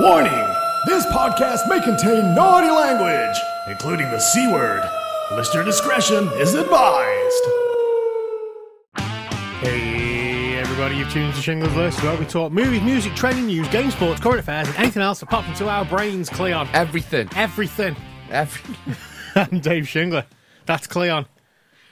Warning! This podcast may contain naughty language, including the C word. Listener discretion is advised. Hey everybody, you've tuned into Shingler's List, where we talk movies, music, trending news, game, sports, current affairs, and anything else apart from to our brains, Cleon. Everything. Everything. Every- I'm Dave Shingler. That's Cleon.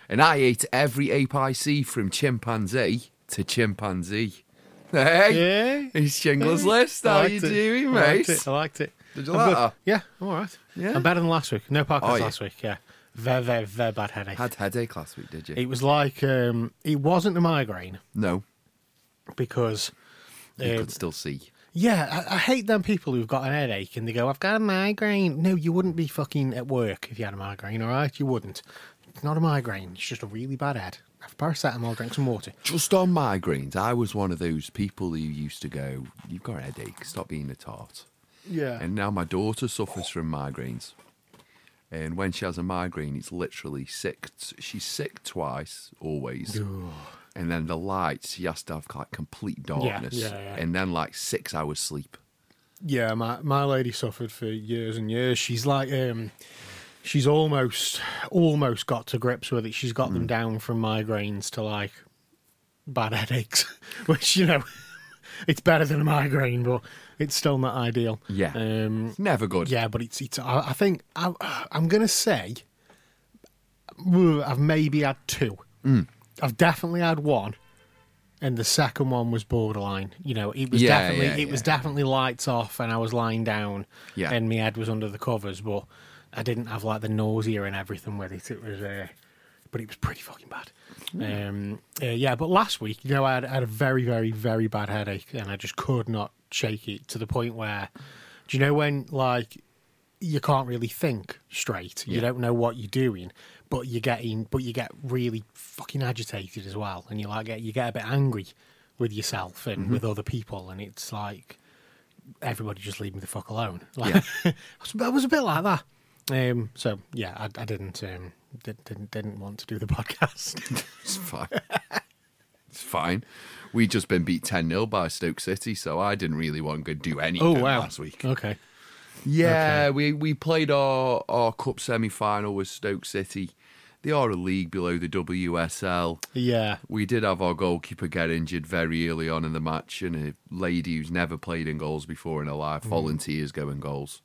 and I eat every ape I see from chimpanzee to chimpanzee. Hey, Yeah. it's Shingler's Hey. List. I How liked you it. doing, I liked mate? it. I liked it. Did you I'm like good. that? Yeah, I'm all right. Yeah? I'm better than last week. No podcast Oh, yeah. last week, yeah. Very, very, very bad headache. Had headache last week, did you? It was like, um, it wasn't a migraine no, because. you um, could still see. Yeah, I, I hate them people who've got an headache and they go, I've got a migraine. No, you wouldn't be fucking at work if you had a migraine, all right? You wouldn't. It's not a migraine, it's just a really bad head. Have paracetamol, drink some water. Just on migraines, I was one of those people who used to go, "You've got a headache. Stop being a tart." Yeah. And now my daughter suffers from migraines. And when she has a migraine, it's literally sick. She's sick twice, always. And then the lights, she has to have like complete darkness. yeah, yeah. And then like six hours sleep. yeah, my, my lady suffered for years and years. She's like, um, she's almost, almost got to grips with it. She's got Mm. them down from migraines to like bad headaches, which, you know, it's better than a migraine, but it's still not ideal. Yeah. Um, It's never good. Yeah, but it's it's. I, I think I, I'm going to say uh, I've maybe had two. Mm. I've definitely had one, and the second one was borderline. You know, it was Yeah, definitely yeah, it was yeah. definitely lights off, and I was lying down, Yeah. and my head was under the covers, but I didn't have like the nausea and everything with it. It was, uh, but it was pretty fucking bad. Hmm. Um, uh, yeah, but last week, you know, I had, I had a very, very, very bad headache, and I just could not shake it to the point where, do you know when like you can't really think straight. You Yeah. don't know what you're doing, but you're getting, but you get really fucking agitated as well, and you like get you get a bit angry with yourself and Mm-hmm. with other people, and it's like everybody just leave me the fuck alone. Like, I was- I was a bit like that. Um, so yeah, I, I didn't, um, did, didn't didn't want to do the podcast. It's fine. it's fine. we just been beat 10 0 by Stoke City, so I didn't really want to do anything last week. Oh, Okay. Yeah, we, we played our, our cup semi final with Stoke City. They are a league below the WSL. Yeah. We did have our goalkeeper get injured very early on in the match, and a lady who's never played in goals before in her Mm. life volunteers going goals.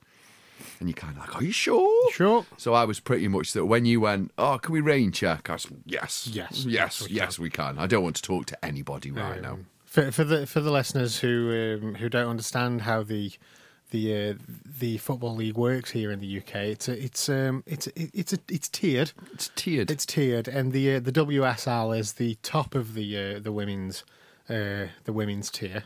And you're kind of like, Are you sure? Sure. So I was pretty much that when you went, Oh, can we rain check? I was, Yes. Yes, Yes. we Um, yes, we can. I don't want to talk to anybody right now. For, for the for the listeners who um, who don't understand how the the uh, the football league works here in the UK, it's a, it's um it's it- it's a, it's tiered, It's tiered. it's tiered, and the uh, the WSL is the top of the uh, the women's uh, the women's tier.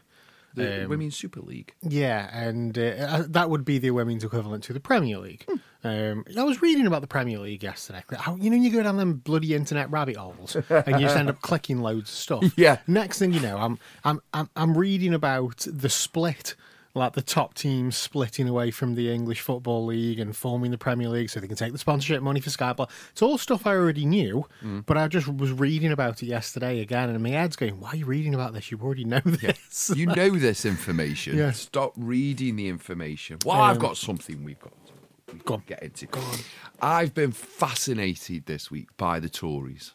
um, the Women's Super League. Yeah, and uh, uh, that would be the women's equivalent to the Premier League. Um, I was reading about the Premier League yesterday. How- You know, you go down them bloody internet rabbit holes, and you just end up clicking loads of stuff. Yeah. Next thing you know, I'm I'm I'm, I'm reading about the split. Like the top teams splitting away from the English Football League and forming the Premier League so they can take the sponsorship money for Sky Blah. It's all stuff I already knew, but I just was reading about it yesterday again, and my head's going, Why are you reading about this? You already know this. You know this information. Yeah. Stop reading the information. Well, I've got something we've got. We Go on. can get into. I've been fascinated this week by the Tories.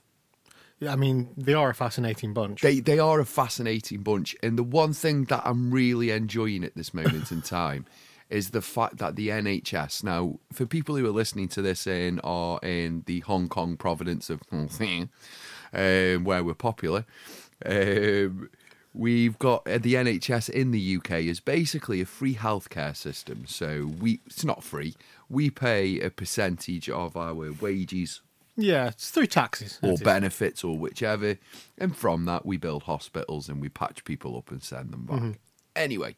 I mean, they are a fascinating bunch. They they are a fascinating bunch, and the one thing that I'm really enjoying at this moment in time is the fact that the NHS now, for people who are listening to this in or in the Hong Kong providence of um, where we're popular, um, we've got uh, the NHS in the UK is basically a free healthcare system. So we it's not free. We pay a percentage of our wages yeah, it's through taxes. or It is. benefits or whichever. And from that, we build hospitals and we patch people up and send them back. Anyway,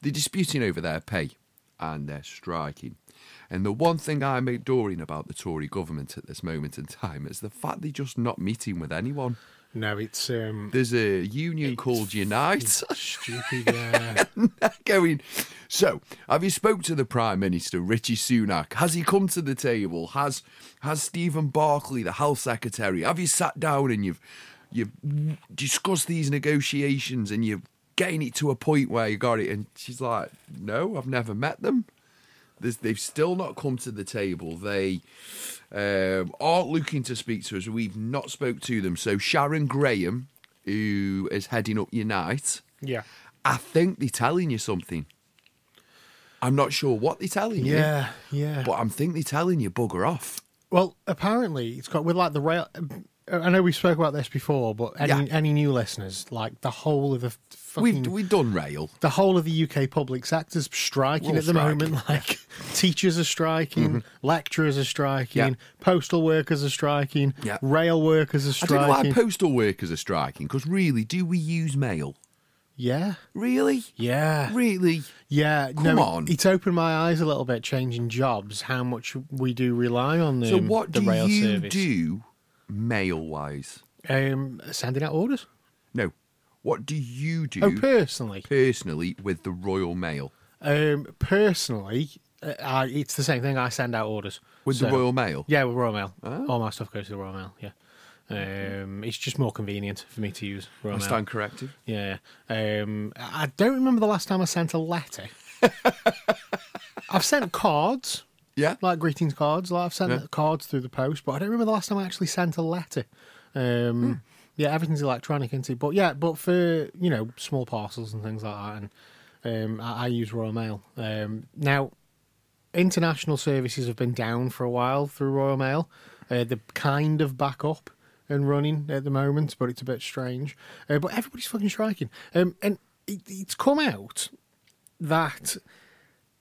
they're disputing over their pay and they're striking. And the one thing I'm adoring about the Tory government at this moment in time is the fact they're just not meeting with anyone. No, it's um, There's a union called Unite stupid. Uh, going. So, have you spoke to the Prime Minister Richie Sunak? Has he come to the table? Has has Stephen Barclay, the Health Secretary, have you sat down and you've you've discussed these negotiations and you've getting it to a point where you got it. And she's like, no, I've never met them. There's, they've still not come to the table. They um, aren't looking to speak to us. We've not spoke to them. So Sharon Graham, who is heading up Unite, Yeah. I think they're telling you something. I'm not sure what they're telling you. Yeah. Yeah. But I'm think they're telling you bugger off. Well, apparently it's got with like the rail. I know we spoke about this before, but any Yeah. any new listeners, like the whole of the fucking, We've we've done rail. the whole of the UK public sector's striking We're at the striking, Mm-hmm. moment. Like teachers are striking, lecturers are striking, postal workers are striking, Yeah. rail workers are striking. I don't know why postal workers are striking because really, do we use mail? yeah, Really, yeah, really? yeah. Come no, on. it's opened my eyes a little bit. Changing jobs, how much we do rely on the So what the do rail you service. do mail wise? Um, sending out orders. No, what do you do Oh, personally, personally with the Royal Mail? Um, personally, uh, I, it's the same thing. I send out orders With the So- Royal Ah. Mail? Yeah, with Royal Mail. All my stuff goes to the Royal Mail. Yeah, um, it's just more convenient for me to use Royal I Mail. stand corrected. Yeah, um, I I don't remember the last time I sent a letter. I've sent cards, Yeah, like greetings cards. Like I've sent Yeah. cards through the post, but I don't remember the last time I actually sent a letter. Um, Yeah, everything's electronic, isn't it? But yeah, but for you know small parcels and things like that, and um, I, I use Royal Mail. Um, now, international services have been down for a while through Royal Mail. Uh, they're kind of back up and running at the moment, but it's a bit strange. Uh, but everybody's fucking striking, um, and it, it's come out that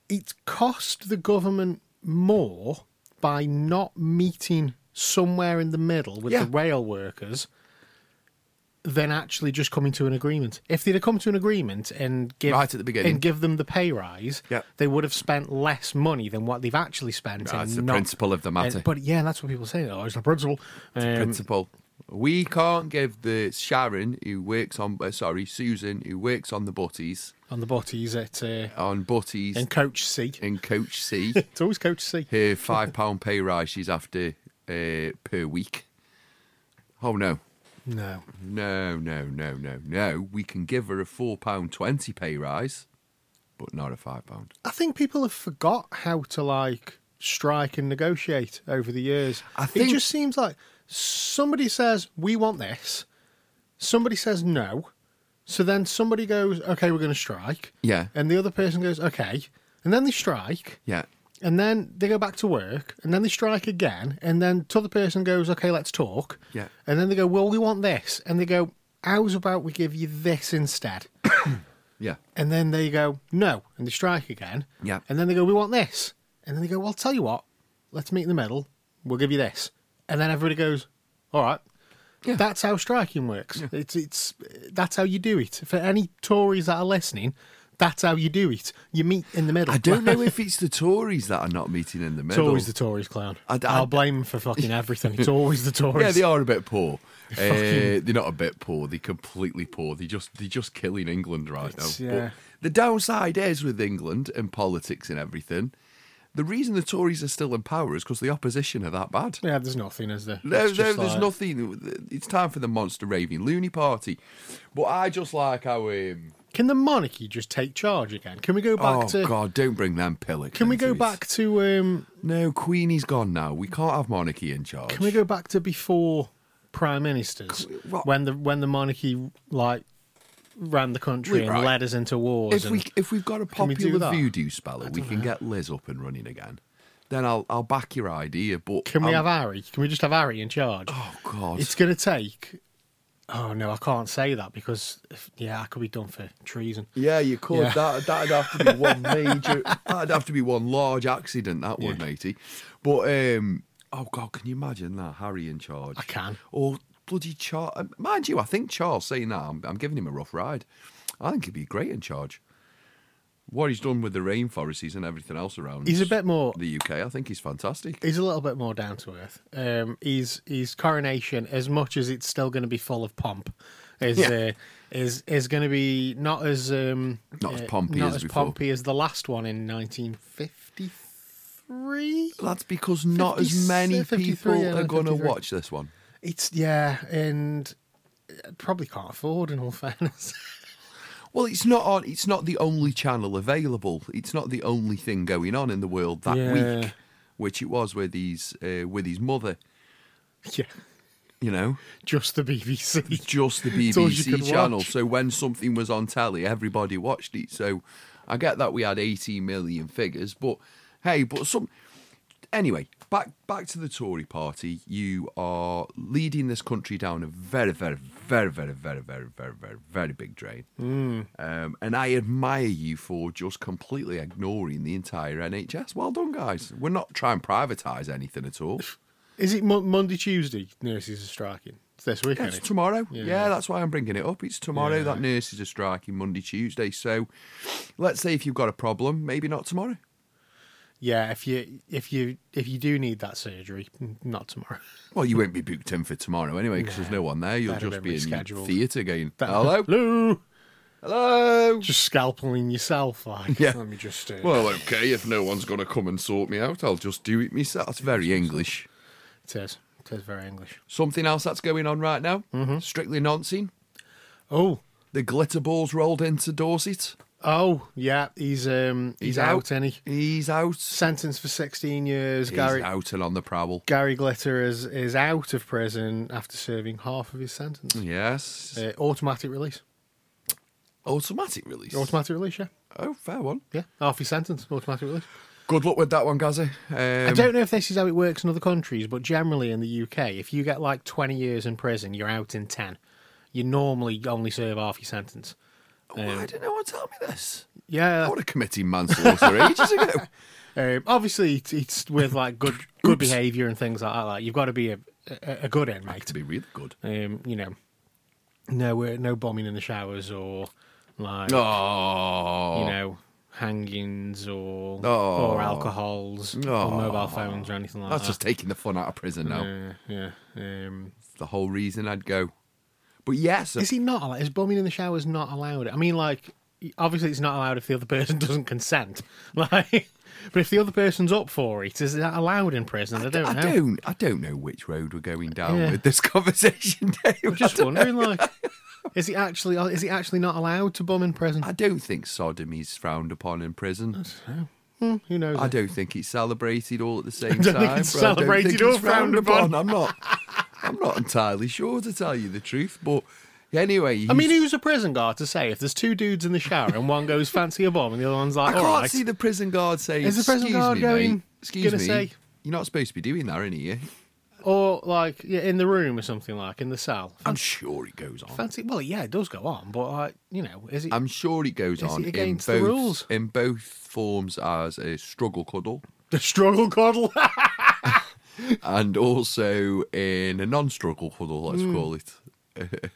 it's cost the government more by not meeting somewhere in the middle with Yeah. the rail workers than actually just coming to an agreement. If they'd have come to an agreement and give Right at the beginning. and give them the pay rise, Yeah. they would have spent less money than what they've actually spent. Right, and it's the not- principle of the matter. and- but yeah, that's what people say. Oh, it's the principle. Um, principle. We can't give the Sharon who works on, uh, sorry, Susan who works on the butties on the butties at uh, on butties in Coach C. in Coach C It's always Coach C. her five pound pay rise she's after uh, per week. Oh no, No, no, no, no, no, no! We can give her a four pound twenty pay rise, but not a five pound. I think people have forgot how to like strike and negotiate over the years. I think- it just seems like somebody says we want this, somebody says no, so then somebody goes, okay, we're going to strike, Yeah, and the other person goes, okay, and then they strike, yeah, and then they go back to work, and then they strike again, and then t'other person goes, okay, let's talk, Yeah. and then they go, well, we want this, and they go, how's about we give you this instead? yeah. And then they go, no. And they strike again. Yeah. And then they go, we want this. And then they go, well, tell you what, let's meet in the middle. We'll give you this. And then everybody goes, all right. Yeah. That's how striking works. It's it's that's how you do it. For any Tories that are listening, that's how you do it. You meet in the middle. I don't know if it's the Tories that are not meeting in the It's middle. always the Tories, clown. I- I, I- will blame them for fucking everything. It's always the Tories. yeah, they are a bit poor. Uh, they're not a bit poor. They're completely poor. They just they're just killing England right It's, now. yeah. the downside is with England and politics and everything. The reason the Tories are still in power is because the opposition are that bad. Yeah, there's nothing, is there? No, It's no, just there's like- nothing. It's time for the monster raving loony party. But I just like how. Um, Can the monarchy just take charge again? Can we go back oh to? God! Don't bring them pillocks. Can we into go it. back to? um No, Queenie's gone now. We can't have monarchy in charge. Can we go back to before prime ministers what- when the when the monarchy like ran the country Wait, and right. led us into wars? if and, we if we've got a Can we do popular that? voodoo speller, we can get Liz up and running again. Then I'll I'll back your idea. But can we I'm- have Harry? Can we just have Harry in charge? um, Oh God! it's going to take. Oh no, I can't say that because if, yeah, I could be done for treason. Yeah, you could. Yeah. That that'd have to be one major. that'd have to be one large accident. That would, matey. But um, oh god, can you imagine that Harry in charge? I can. Or bloody Charles. Mind you, I think Charles saying that I'm, I'm giving him a rough ride. I think he'd be great in charge. What he's done with the rainforests and everything else around He's a bit more. the UK, I think he's fantastic. He's a little bit more down to earth. Um, his his coronation, as much as it's still going to be full of pomp, is Yeah. uh, is is going to be not as um, Not as uh, pompy not as as before. pompy as the last one in 1953. That's because not as many 56, 53, people yeah, are going to 53. watch this one. uh, It's yeah, and probably can't afford. In all fairness, Well, it's not on. It's not the only channel available. It's not the only thing going on in the world that Yeah. week, which it was with his uh, with his mother. Yeah, You know, just the BBC. just the It's all you BBC could channel. watch. So when something was on telly, everybody watched it. So I get that we had 18 million figures, but hey, but some anyway. Back back to the Tory party. You are leading this country down a very very very very very very very very very big drain. Hmm. Um, and I admire you for just completely ignoring the entire NHS. Well done, guys. We're not trying to privatise anything at all. Is it Mon- Monday, Tuesday? Nurses are striking. It's this Yeah, weekend. it's tomorrow. Yeah. Yeah. that's why I'm bringing it up. It's tomorrow Yeah. that nurses are striking Monday, Tuesday. So let's say if you've got a problem, maybe not tomorrow. yeah, if you if you if you do need that surgery, n- not tomorrow. Well, you won't be booked in for tomorrow anyway because there's no one there. You'll That'd just be be in your rescheduled. theatre going, That- hello? hello. Hello? Just scalpeling yourself, like. Yeah. Let me just. Uh, Well, okay, if no one's going to come and sort me out, I'll just do it myself. That's very English. it is. It is very English. Something else that's going on right now, strictly nonsense. Oh, The glitter balls rolled into Dorset. oh, yeah. He's um he's, out. and he He's out. sentenced for sixteen years. Gary He's out and on the prowl. Gary Glitter is is out of prison after serving half of his Hmm. sentence. Yes. Uh, automatic release. Automatic release. Automatic release. Yeah. Oh, fair one. Yeah, half his sentence, automatic release. Good luck with that one, Gazzy. Um, I don't know if this is how it works in other countries, but generally in the UK, if you get like 20 years in prison, you're out in 10. You normally only serve half your sentence. Um, Why didn't no one tell me this? I Yeah, would have committed manslaughter ages ago. um, obviously it's, it's with like good good Oops. behaviour and things like that. Like you've got to be a, a, a good end, mate. To be really good. Um, you know, no uh, no bombing in the showers or like Oh. you know hangings or Oh. or alcohols Oh. or mobile phones or anything like That's that. just taking the fun out of prison now. uh, yeah, yeah. Um, It's the whole reason I'd go. But yes, Is he not allowed? Is bombing in the showers not allowed? I mean, like, obviously it's not allowed if the other person doesn't consent. Like, but if the other person's up for it, is that allowed in prison? I, don't I know. don't, I don't know which road we're going down Yeah. with this conversation, Dave. I I'm just don't- wondering, like, is he actually uh, is he actually not allowed to bomb in prison? I don't think sodomy's frowned upon in prison. Hmm, who knows? I don't think it's celebrated all at the same don't think time. it's bro. I don't celebrated think or it's frowned upon. I'm not. I'm not entirely sure to tell you the truth, but anyway, I mean, he's- who's a prison guard to say if there's two dudes in the shower and one goes fancy a bomb and the other one's I like, can't all right, see the prison guard saying. Is the prison "Excuse guard me, going- Mate, excuse gonna me. say- You're not supposed to be doing that, are you? or like yeah, in the room or something like in the cell. I'm sure it goes on. Fancy? Well, yeah, it does go on, but like, you know, is it? I'm sure it goes Is on it in against both the rules? in both forms as a struggle cuddle The struggle cuddle. and also in a non-struggle cuddle. Let's Hmm. call it.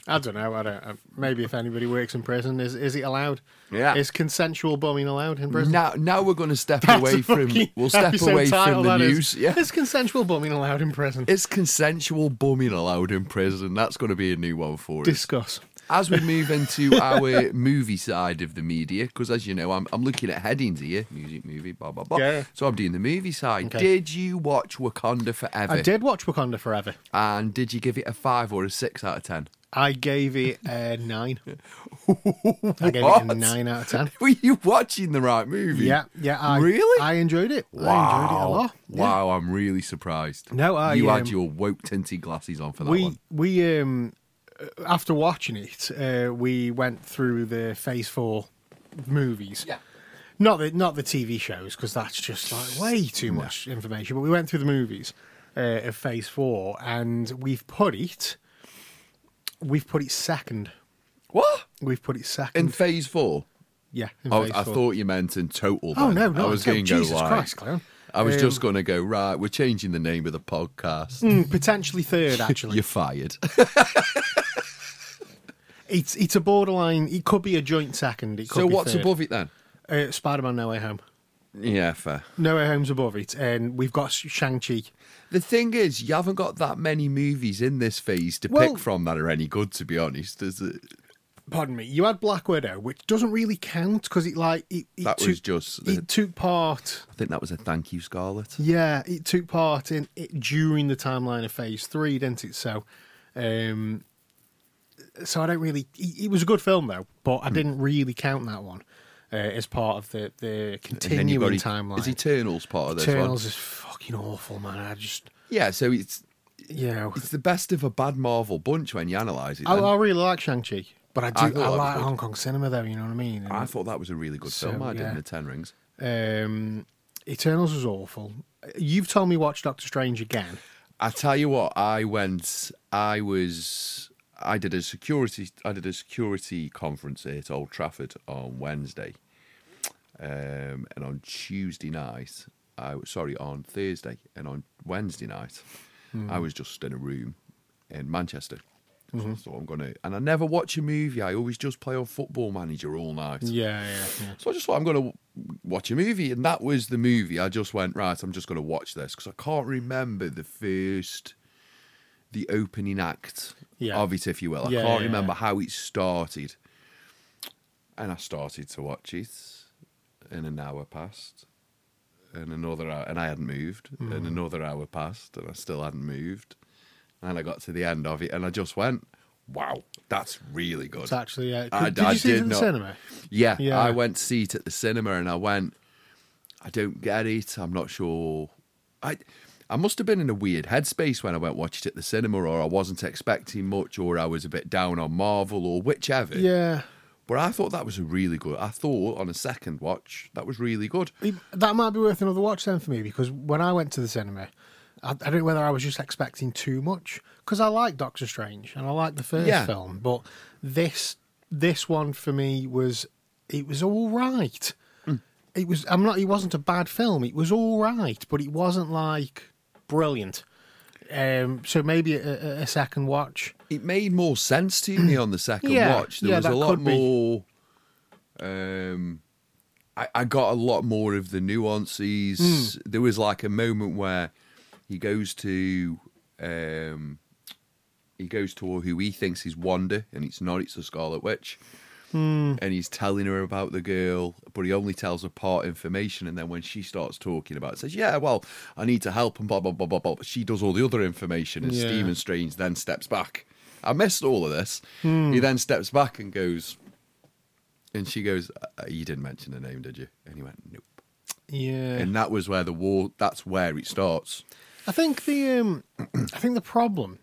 I don't know. I don't. I- Maybe if anybody works in prison, is is it allowed? Yeah. Is consensual bombing allowed in prison? Now, now we're going to step That's away a from. fucking We'll step episode away title, from the that is. news. Yeah. Is consensual bombing allowed in prison? Is consensual bumming allowed in prison? That's going to be a new one for us. Discuss. As we move into our movie side of the media, because as you know, I'm, I'm looking at headings here music, movie, blah, blah, blah. Yeah. So I'm doing the movie side. Okay. Did you watch Wakanda Forever? I did watch Wakanda Forever. And did you give it a five or a six out of ten? I gave it a nine. I gave it a What? nine out of ten. Were you watching the right movie? Yeah, yeah. I, Really? I enjoyed it. Wow. I enjoyed it a lot. Yeah. Wow, I'm really surprised. No, I, You um, had your woke tinted glasses on for that we one. we um after watching it, uh, we went through the Phase Four movies. Yeah. Not the not the TV shows because that's just like way too much information. But we went through the movies uh, of Phase Four, and we've put it we've put it second. What? We've put it second. In phase four? yeah, in I, Phase I Four. thought you meant in total. Oh then. no, no! I was no, going to go Jesus like- Christ, clown. I was Um, just going to go right. We're changing the name of the podcast. mm, potentially third. Actually, You're fired. it's it's a borderline. It could be a joint second. It could so be what's third. above it then? uh, Spider-Man: No Way Home? Yeah, fair. No Way Home's above it, and we've got Shang Chi. The thing is, you haven't got that many movies in this phase to Well- pick from that are any good. To be honest, is it? Pardon me. You had Black Widow, which doesn't really count because it like it, it That took, was just the- it took part. I think that was a thank you, Scarlett. Yeah, it took part in it during the timeline of Phase Three, didn't it? So, um, so I don't really. It it was a good film though, but Hmm. I didn't really count that one uh, as part of the the And then you've got continuing E- timeline. Is Eternals part of this Eternals one? is fucking awful, man. I just Yeah, so it's you know, it's the best of a bad Marvel bunch when you analyse it. I, then. I really like Shang Chi, but I I do thought I, that was like good. Hong Kong cinema though. You know what I mean? And I thought that was a really good So, film. I did yeah. in the Ten Rings. Um, Eternals was awful. You've told me watch Doctor Strange again. I tell you what, I went. I was. I did a security. I did a security conference at Old Trafford on Wednesday, um, and on Tuesday night. I was- sorry on Thursday and on Wednesday night, I was just in a room in Manchester. So I'm gonna, and I never watch a movie. I always just play on Football Manager all night. Yeah, yeah, yeah. So I just thought I'm going to watch a movie, and that was the movie. I just went right. I'm just going to watch this because I can't remember the first, the opening act Yeah. of it, if you will. I Yeah, can't yeah, remember yeah. how it started, and I started to watch it, and an hour passed, and another hour, and I hadn't moved, and Mm. another hour passed, and I still hadn't moved, and I got to the end of it, and I just went, "Wow, that's really good." It's actually yeah. I- did you I see it did in the not- cinema? Yeah, Yeah. I went to see it at the cinema, and I went. I don't get it. I'm not sure. I I must have been in a weird headspace when I went watch it at the cinema, or I wasn't expecting much, or I was a bit down on Marvel, or whichever. Yeah. But I thought that was a really good. I thought on a second watch that was really good. It- That might be worth another watch then for me because when I went to the cinema, I, I don't know whether I was just expecting too much because I like Doctor Strange and I like the first Yeah. film, but this this one for me was it was all right. It was I'm not it wasn't a bad film. It was all right, but it wasn't like brilliant. Um, so maybe a, a- a second watch. It made more sense to me on the second Yeah, watch. There yeah, was a that lot could be. more. Um, I, I got a lot more of the nuances. Hmm. There was like a moment where he goes to um, he goes to who he thinks is Wanda, and it's not. It's the Scarlet Witch. Hmm. And he's telling her about the girl, but he only tells her part information. And then when she starts talking about it, says, "Yeah, well, I need to help," and blah blah blah blah blah. She does all the other information, and Yeah. Stephen Strange then steps back. I missed all of this. Hmm. He then steps back and goes, and she goes, uh, "You didn't mention her name, did you?" And he went, "Nope." Yeah. And that was where the war. That's where it starts. I think the um, I think the problem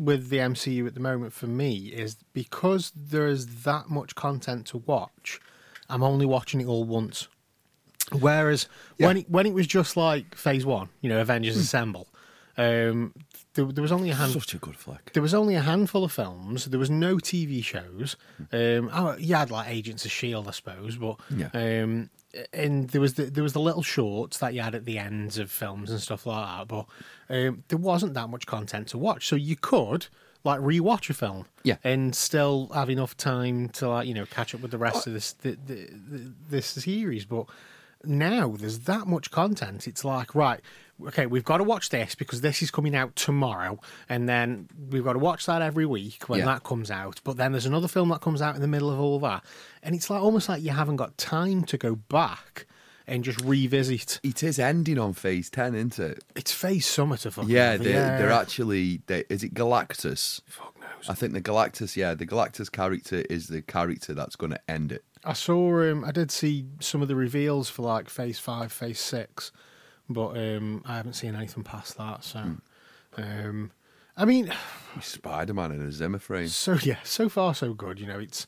with the MCU at the moment for me is because there is that much content to watch, I'm only watching it all once. Whereas when Yeah. it, when it was just like Phase One, you know, Avengers Assemble, um, there, there was only a handful Such a good flick. there was only a handful of films. There was no TV shows. Um, oh, you had like Agents of Shield, I suppose, but Yeah. um, and there was the, there was the little shorts that you had at the ends of films and stuff like that. But um, there wasn't that much content to watch, so you could like rewatch a film, Yeah. and still have enough time to like you know catch up with the rest Oh. of this the, the, the, this series, but. Now there's that much content. It's like right, okay, we've got to watch this because this is coming out tomorrow, and then we've got to watch that every week when Yeah. that comes out. But then there's another film that comes out in the middle of all that, and it's like almost like you haven't got time to go back and just revisit. It is ending on phase ten, isn't it? It's phase summer to fucking Yeah, over, they're, they're actually. They, is it Galactus? Fuck knows. I think the Galactus. Yeah, the Galactus character is the character that's going to end it. I saw um, I did see some of the reveals for like phase five, phase six, but um, I haven't seen anything past that. So, Hmm. um, I mean. Spider Man in a Zimmer frame. So yeah, so far so good. You know, it's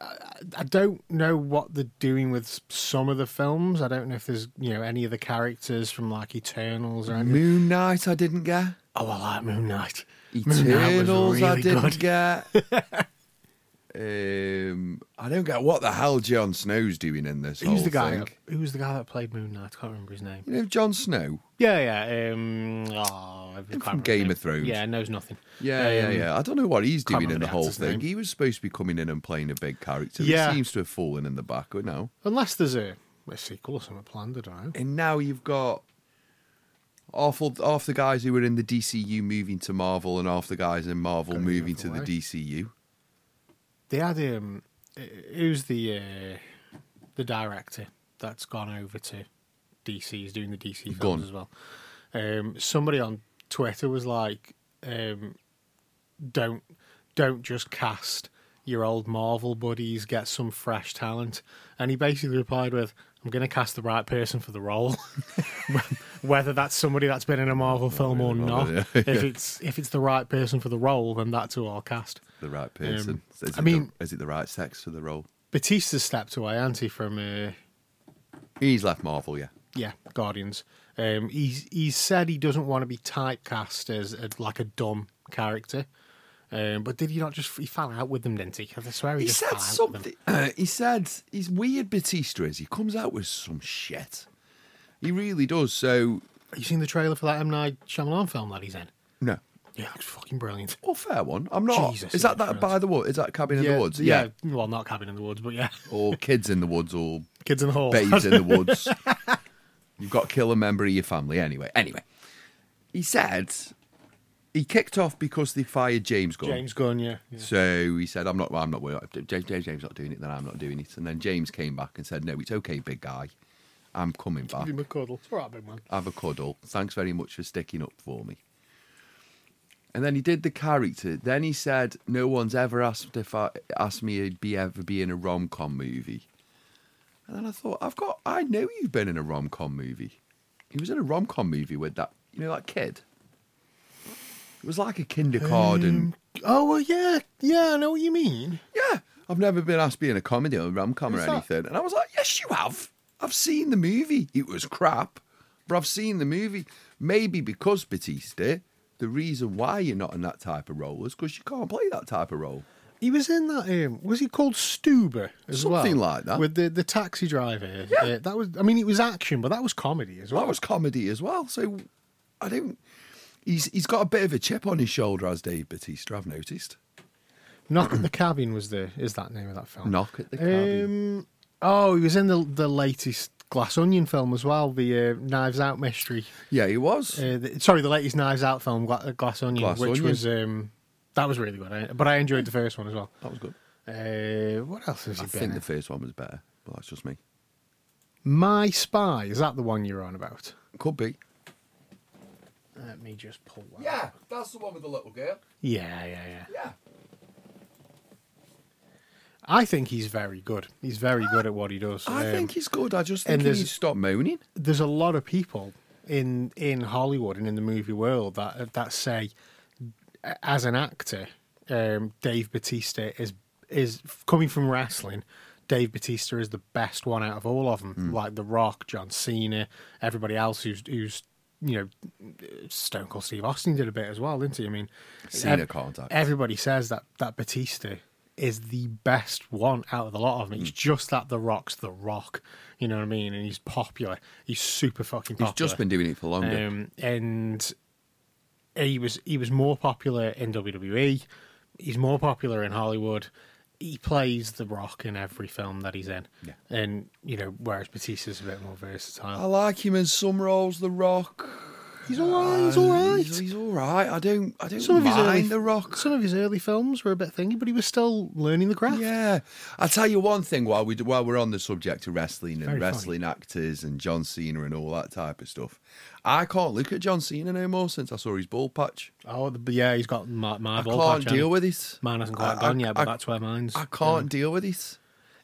I, I don't know what they're doing with s- some of the films. I don't know if there's you know any of the characters from like Eternals or anything. Moon Knight, I didn't get. Oh, I like Moon Knight. Moon Knight Eternals, was I really didn't good. get. um, I don't get what the hell Jon Snow's doing in this. Who's whole the guy? thing. Who was the guy that played Moon Knight? I can't remember his name. You know Jon Snow. Yeah, yeah. Um, oh, I can't from remember Game his name. of Thrones. Yeah, knows nothing. Yeah, yeah, Um, yeah. I don't know what he's can't doing in remember the the whole actor's thing. name. He was supposed to be coming in and playing a big character. Yeah. He seems to have fallen in the back. Or no. Unless there's a, a sequel or something planned, I don't know. and now you've got awful half the guys who were in the DCU moving to Marvel, and half the guys in Marvel Going the moving other to the way. DCU. They had um, uh, who's the uh, the director that's gone over to DC? He's doing the DC films Gunn. as well. Um, somebody on Twitter was like, um, "Don't don't just cast your old Marvel buddies, get some fresh talent. And he basically replied with, I'm going to cast the right person for the role, whether that's somebody that's been in a Marvel film or not. Marvel, yeah. If it's if it's the right person for the role, then that's who I'll cast. The right person. is it Um, I mean- the, is it the right sex for the role? Batista stepped away, has from uh, He's left Marvel, yeah. yeah Guardians. Um, he's he's said he doesn't want to be typecast as a, like a dumb character. Um, but did he not just he fell out with them? Didn't he? I swear he, He just said fell out With them. something. Uh, he said he's weird. Batista is. He comes out with some shit. He really does. So Have you seen the trailer for that M Night Shyamalan film that he's in? no. Yeah, it looks fucking brilliant. Well, Oh, fair one. I'm not. Jesus, is that yeah, that Fred. by the wood? Is that cabin in the woods? yeah. Well, not Cabin in the Woods, but yeah, Or kids in the woods, or Kids in the Hall. babes in the woods. You've got to kill a member of your family anyway. Anyway, he said he kicked off because they fired James Gunn. James Gunn, yeah. yeah. So he said, "I'm not. I'm not. wor- if James, James, James not doing it. Then I'm not doing it." And then James came back and said, "No, it's okay, big guy. I'm coming back. Give him a cuddle. It's all right, big man. Have a cuddle. Thanks very much for sticking up for me." And then he did the character. Then he said, "No one's ever asked if I asked me to be ever be in a rom com movie." And then I thought, "I've got. I know you've been in a rom com movie. He was in a rom com movie with that. You know that kid. It was like a kindergarten." Oh well, yeah, yeah. I know what you mean. yeah, I've never been asked to be in a comedy or a rom com or Who's that? anything. And I was like, yes, you have. I've seen the movie. It was crap, but I've seen the movie. Maybe because Batista, the reason why you're not in that type of role is because you can't play that type of role. He was in that. Um, was he called Stuber as well? Something like that. With the, the taxi driver. Yeah. that was. I mean, it was action, but that was comedy as well. That was comedy as well. So I don't. He's he's got a bit of a chip on his shoulder as Dave Batista. I've noticed. Knock at the Cabin was the is that name of that film? Oh. Knock at the Cabin. Um, oh, he was in the the latest Glass Onion film as well. The uh, Knives Out mystery. Yeah, he was. Uh, the, sorry, the latest Knives Out film, Gla- uh, Glass Onion, Glass which Onion. was um, that was really good. I, but I enjoyed the first one as well. that was good. Uh, what else has Oh. I he been? think in? the first one was better, but that's just me. My Spy is that the one you're on about? Could be. Let me just pull that. that's the one with the little girl. yeah, yeah, yeah. Yeah. I think he's very good. He's very good at what he does. I Um, think he's good. I just and think he there's- needs to stop moaning. there's a lot of people in in Hollywood and in the movie world that that say, as an actor, um, Dave Batista is is coming from wrestling. Dave Batista is the best one out of all of them, like The Rock, John Cena, everybody else who's who's you know Stone Cold Steve Austin did a bit as well, didn't he? I mean, Cena can't act. Everybody says that that Batista is the best one out of the lot of them. Mm. It's just that The Rock's The Rock, you know what I mean? And he's popular. He's super fucking He's popular. just been doing it for longer. Um, and he was he was more popular in WWE. He's more popular in Hollywood. He plays The Rock in every film that he's in. Yeah. Oh, And you know, whereas Batista's a bit more I versatile. like him in some roles. The Rock. Um, He's all right. He's all right. He's, he's all right. I don't. I don't some of his mind early, The Rock. Some of his early films were a bit thingy, but he was still learning the craft. Yeah, I'll tell you one thing while we do, while we're on the subject of wrestling and Very funny. wrestling actors and John Cena and all that type of stuff, I can't look at John Cena no more since I saw his ball patch. Oh, the, yeah, he's got my, my I ball can't patch on. deal with it. Mine hasn't quite I- gone I- yet, but I- that's where mine's. I can't deal with it.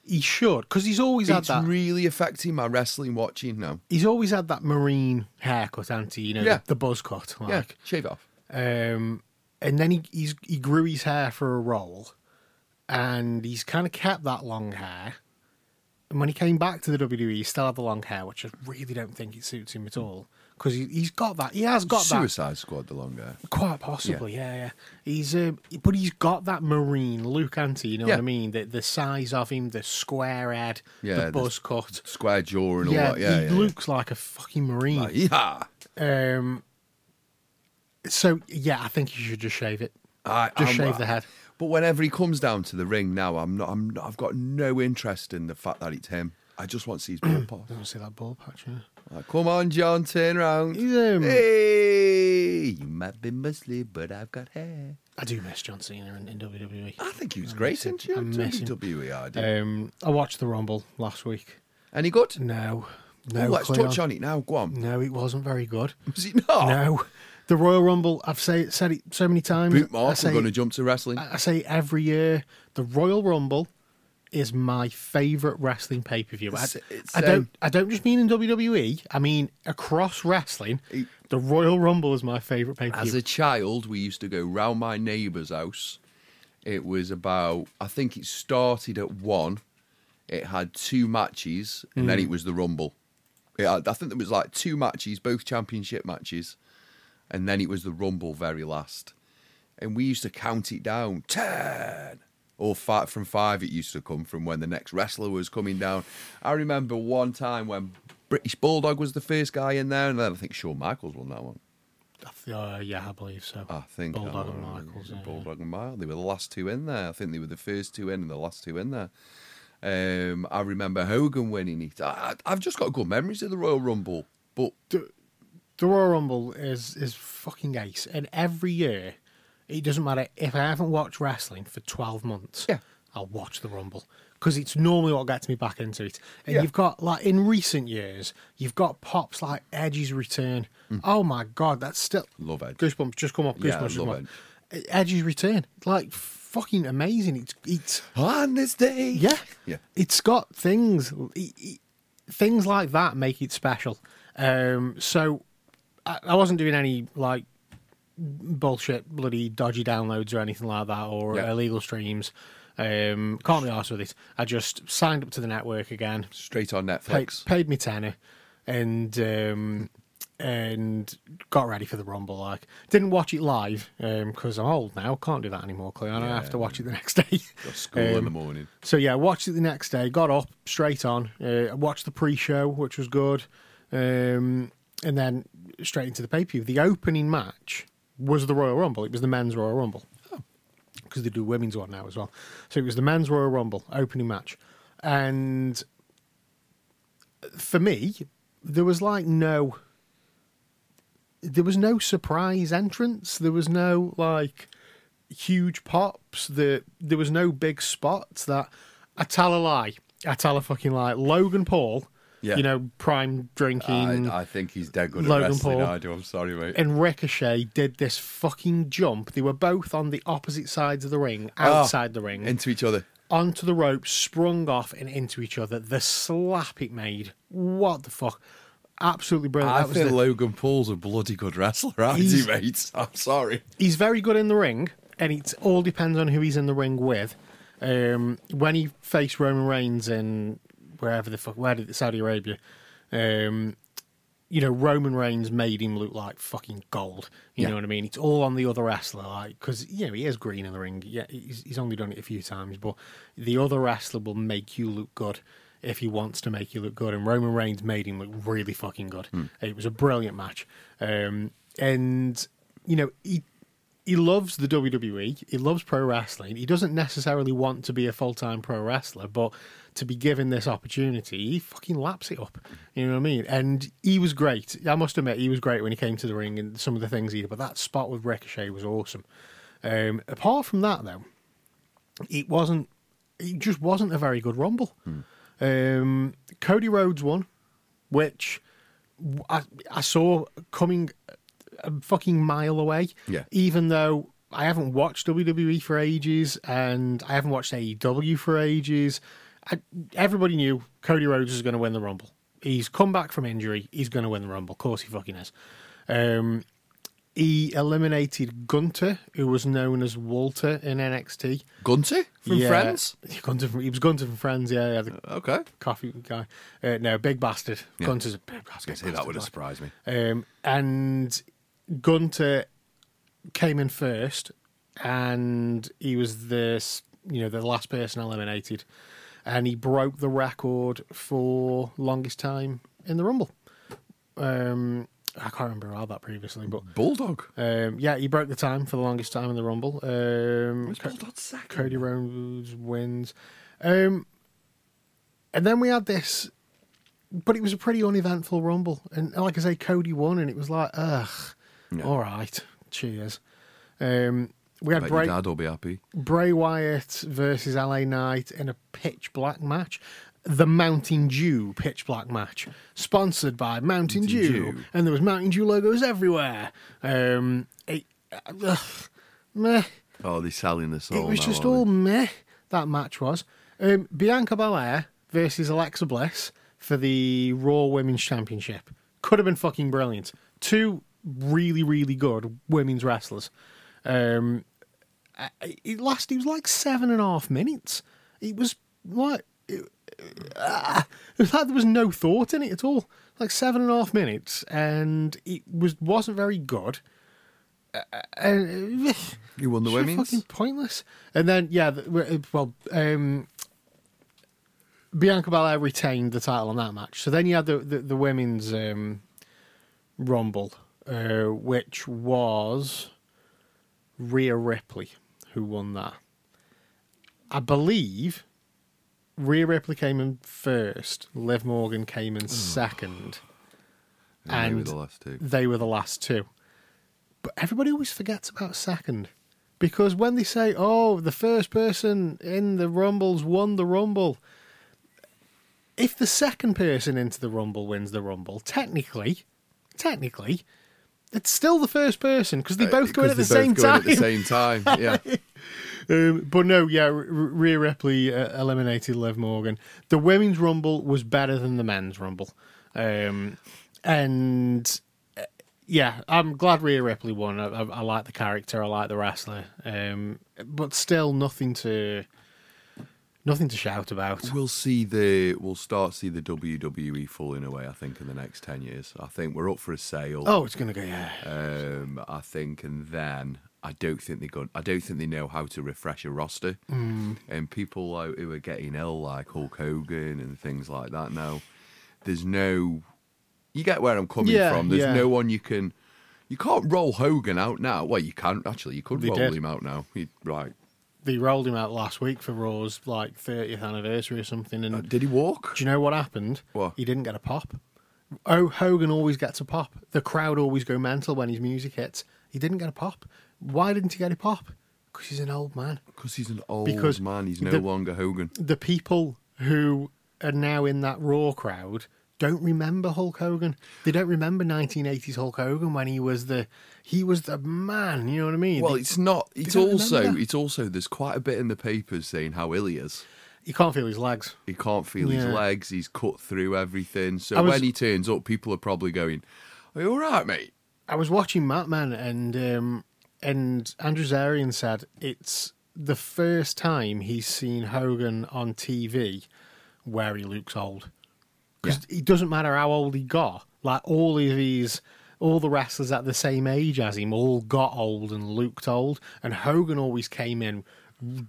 He should, because he's always had it's that. really affecting my wrestling watching now. he's always had that marine haircut, anti, you know, Yeah. the, the buzz cut, Yeah, like. shave it off. Um, and then he he's, he grew his hair for a role, and he's kind of kept that long hair. And when he came back to the WWE, he still had the long hair, which I really don't think it suits him at all. Because he, he's got that, he has got that Suicide Squad. The longer. Quite possibly, yeah, yeah. He's um, but he's got that marine look, hasn't he? You know what Yeah. I mean? The the size of him, the square head, Yeah, the the- buzz cut. square jaw and all Yeah, that. Yeah, he yeah, looks like a fucking marine. yeah. yeah. Um, so yeah, I think you should just shave it. I, Just I'm- uh, shave the head. But whenever he comes down to the ring now, I'm not. I'm. Not, I've got no interest in the fact that it's him. I just want to see his ball pop. I don't see that ball patch. Yeah. Like, come on, John, turn around. He's, um, Hey, you might be Muslim, but I've got hair. I do miss John Cena in, in WWE. I think he was Oh, great in him. I miss him. WWE. I did. Um, I watched the Rumble last week. E Any good? No, Oh, no, let's Cleon. touch on it now. Go on. No, it wasn't very good. Oh. Was it not? No, The Royal Rumble, I've say, said it so many times. Boot I Mark, say we're going to it- jump to wrestling. I say it every year. The Royal Rumble is my favorite wrestling pay per view. I, It's- it's, I don't. um, I don't just mean in WWE. I mean across wrestling. The Royal Rumble is my favorite pay per As view. a child, we used to go round my neighbour's house. It was about, I think it started at one. It had two matches, and then it was the Rumble. It had, I think there was like two matches, both championship matches, and then it was the Rumble very last. And we used to count it down ten or five from five. It used to come from when the next wrestler was coming down. I remember one time when British Bulldog was the first guy in there, and then I think Shawn Michaels won that one. Uh, yeah, I believe so. I think Bulldog and uh, Michaels. yeah. Bulldog and Michael. They were the last two in there. I think they were the first two in and the last two in there. Um, I remember Hogan winning it. I, I- I've just got good memories of the Royal Rumble, but The Royal Rumble is is fucking ace, and every year, it doesn't matter if I haven't watched wrestling for twelve months. Yeah. I'll watch the Rumble because it's normally what gets me back into it. And Yeah. you've got like in recent years, you've got pops like Edge's return. Oh my god, that's still Mm. Love Edge. Goosebumps just come up. Goosebumps Yeah, I just come love up. Edge's return, like fucking amazing. It's it's on this day, yeah. yeah, It's got things, it- it- things like that make it special. Um, so I, I wasn't doing any like bullshit, bloody dodgy downloads or anything like that, or Yeah. illegal streams. Um, can't be arsed with it. I just signed up to the network again, straight on paid, Netflix. paid me tenner, and um, and got ready for the rumble. Like, didn't watch it live because I'm old now. Can't do that anymore. Clearly, I have to watch it the next day. Got school in the Um, morning. so yeah, watched it the next day. Got up straight on. Uh, watched the pre-show, which was good, um, and then straight into the pay-per-view. The opening match was the Royal Rumble. It was the men's Royal Rumble because they do women's one now as well. So it was the men's Royal Rumble opening match, and for me, there was like no, there was no surprise entrance. There was no like huge pops. The there was no big spots that I tell a lie. I tell a fucking lie. Logan Paul, Yeah. you know, prime drinking I, I think he's dead good at mm, Logan wrestling. Paul. I do. I'm sorry, mate. and Ricochet did this fucking jump. They were both on the opposite sides of the ring, Ah, outside the ring, into each other. onto the rope, sprung off and into each other. The slap it made. What the fuck? Absolutely brilliant. I that was think the- Logan Paul's a bloody good wrestler, aren't he, He's- mate? I'm sorry. he's very good in the ring, and it all depends on who he's in the ring with. Um, when he faced Roman Reigns in wherever the fuck, where did Saudi Arabia? Um, you know, Roman Reigns made him look like fucking gold. You Yeah. know what I mean? It's all on the other wrestler, like because you know he is green in the ring. Yeah, he's, he's only done it a few times, but the other wrestler will make you look good if he wants to make you look good. And Roman Reigns made him look really fucking good. It was a brilliant match, um, and you know he he loves the WWE. He loves pro wrestling. He doesn't necessarily want to be a full time pro wrestler, but to be given this opportunity, he fucking laps it up. You know what I mean? And he was great. I must admit, he was great when he came to the ring and some of the things he did. But that spot with Ricochet was awesome. Um, apart from that, though, it wasn't. It just wasn't a very good Rumble. Um, Cody Rhodes won, which I, I saw coming a fucking mile away. Yeah. Even though I haven't watched WWE for ages and I haven't watched AEW for ages, I, everybody knew Cody Rhodes was going to win the Rumble. He's come back from injury. He's going to win the Rumble. Of course, he fucking is. Um, he eliminated Gunter, who was known as Walter in NXT. Gunter from Yeah. Friends. Gunter from, he was Gunter from Friends, yeah, yeah, the Okay. coffee guy. Uh, no, big bastard. Gunter's a big I bastard. say that would have like. surprised me. Um, and Gunter came in first, and he was the s- you know the last person eliminated, and he broke the record for longest time in the Rumble. Um, I can't remember all that previously, but Bulldog. um, yeah, he broke the time for the longest time in the Rumble. Um, Co- Bulldog second? Cody Rhodes wins. Um, and then we had this, but it was a pretty uneventful Rumble. And like I say, Cody won, and it was like, ugh, all right, cheers. Um, we had Bet Bray, your dad will be happy. Bray Wyatt versus LA Knight in a pitch black match. the Mountain Dew pitch black match, sponsored by Mountain, Dew. Dew. and there was Mountain Dew logos everywhere. Um, it, ugh, meh. Oh, they're selling this all. It was now, just aren't they? all meh. That match was um, Bianca Belair versus Alexa Bliss for the Raw Women's Championship. Could have been fucking brilliant. Two really, really good women's wrestlers. Um, I- I- it lasted. It was like seven and a half minutes. It was like it, ah, it was like there was no thought in it at all. Like seven and a half minutes, and it was wasn't very good. Uh, uh, You won the Shit, women's. Fucking pointless. And then yeah, th- w- uh, well, um, Bianca Belair retained the title on that match. So then you had the the, the women's um, rumble, uh, which was Rhea Ripley who won that. I believe Rhea Ripley came in first. Liv Morgan came in second Yeah, they were and- the last two. they were the last two. But everybody always forgets about second. Because when they say, oh, the first person in the Rumbles won the Rumble, if the second person into the Rumble wins the Rumble, technically, technically, it's still the first person because they both go in at the Uh, Because they same both go in time. At the same time, yeah. Um, but no, yeah, R- R- Rhea Ripley uh, eliminated Liv Morgan. The women's rumble was better than the men's rumble, um, and uh, yeah, I'm glad Rhea Ripley won. I, I, I like the character, I like the wrestler, um, but still nothing to nothing to shout about. We'll see the we'll start to see the WWE falling away. I think in the next ten years. I think we're up for a sale. Oh, it's gonna go. Yeah, Um, I think, and then I don't think they go. I don't think they know how to refresh a roster. Mm. And people like, who are getting ill, like Hulk Hogan and things like that. Now, there's no. You get where I'm coming Yeah, from. There's yeah. no one you can. You can't roll Hogan out now. Well, you can actually. You could They roll did. him out now. He, right? they rolled him out last week for Raw's like 30th anniversary or something, and Uh, Did he walk? Do you know what happened? What? He didn't get a pop. Oh, Hogan always gets a pop. The crowd always go mental when his music hits. He didn't get a pop. Why didn't he get a pop? Because he's an old man. Because he's an old Because man. He's no the- longer Hogan. The people who are now in that Raw crowd don't remember Hulk Hogan. They don't remember 1980s Hulk Hogan when he was the he was the man. You know what I mean? Well, They- it's not. It's don't remember also. that. It's also. There's quite a bit in the papers saying how ill he is. you can't feel his legs. He can't feel his Yeah. legs. He's cut through everything. So I was- when he turns up, people are probably going, "Are you all right, mate?" I was watching Matman and um, and Andrew Zarian said it's the first time he's seen Hogan on TV where he looks old. Because it doesn't matter how old he got, like all of these all the wrestlers at the same age as him all got old and looked old and Hogan always came in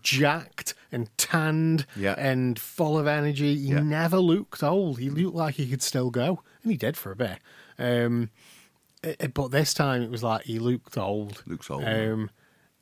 jacked and tanned Yeah. and full of energy. He Yeah. never looked old. He looked like he could still go. And he did for a bit. Um uh, but this time it was like he looked old. Looks old. Um,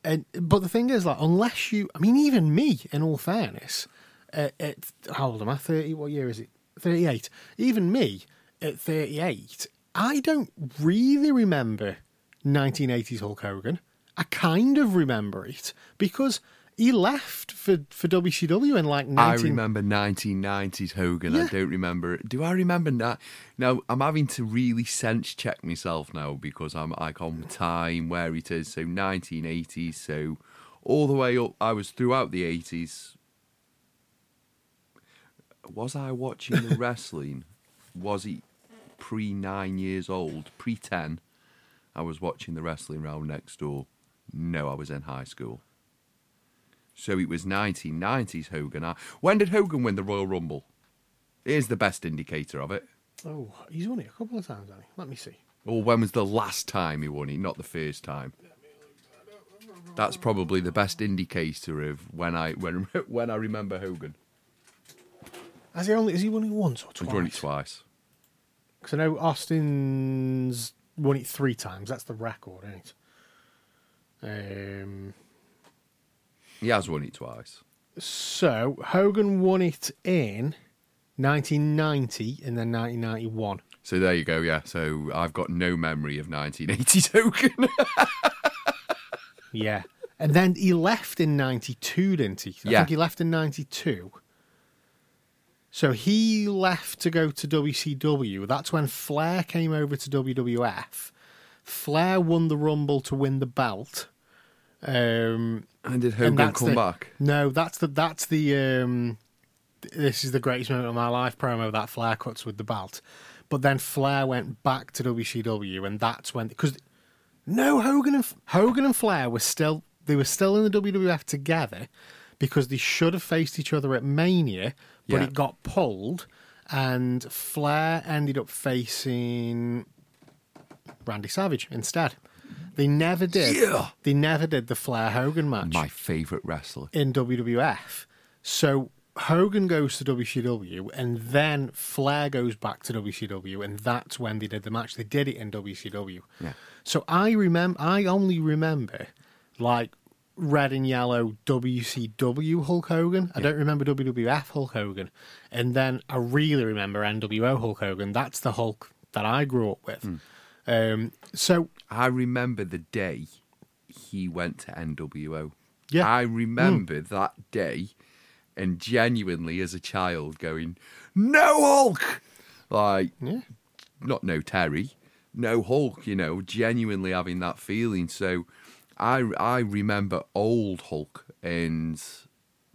and but the thing is, like, unless you, I mean, even me, in all fairness, at, at how old am I? Thirty. What year is it? Thirty-eight. Even me at thirty-eight, I don't really remember 1980s Hulk Hogan. I kind of remember it because he left for for WCW in like 19- I remember 1990s Hogan. I Yeah. don't remember. Do I remember that? Now I'm having to really sense check myself now because I'm like on time where it is. So 1980s. So all the way up. I was throughout the 80s. Was I watching the wrestling? Was it pre nine years old? Pre ten? I was watching the wrestling round next door. No, I was in high school. So it was 1990s Hogan. I- When did Hogan win the Royal Rumble? Here's the best indicator of it. Oh, he's won it a couple of times, hasn't he? Let me see. Or when was the last time he won it, not the first time? That's probably the best indicator of when I when when I remember Hogan. Has he only? Has he won it once or He's won it twice. Because I know Austin's won it three times. That's the record, ain't it? Um, He has won it twice. so Hogan won it in 1990 and then 1991. So there you go. Yeah. So I've got no memory of 1980s Hogan. Yeah. And then he left in 92, didn't he? I Yeah. think he left in 92. So he left to go to WCW. That's when Flair came over to WWF. Flair won the Rumble to win the belt. Um, And and did Hogan that's come the- back? No, that's the that's the um, this is the greatest moment of my life promo that Flair cuts with the belt. But then Flair went back to WCW, and that's when because no Hogan and Hogan and Flair were still they were still in the WWF together because they should have faced each other at Mania, but Yeah. it got pulled, and Flair ended up facing Randy Savage instead. They never did. Yeah. They never did the Flair Hogan match My favourite wrestler. in WWF. So Hogan goes to WCW, and then Flair goes back to WCW, and that's when they did the match. They did it in WCW. Yeah. So I remember, I only remember like red and yellow WCW Hulk Hogan. I don't remember WWF Hulk Hogan, and then I really remember NWO Hulk Hogan. That's the Hulk that I grew up with. Hmm. Um, so I remember the day he went to NWO. Yeah. Hmm. I remember that day and genuinely as a child going, No Hulk! Like, yeah, not no Terry, no Hulk, you know, genuinely having that feeling. So I, I remember old Hulk and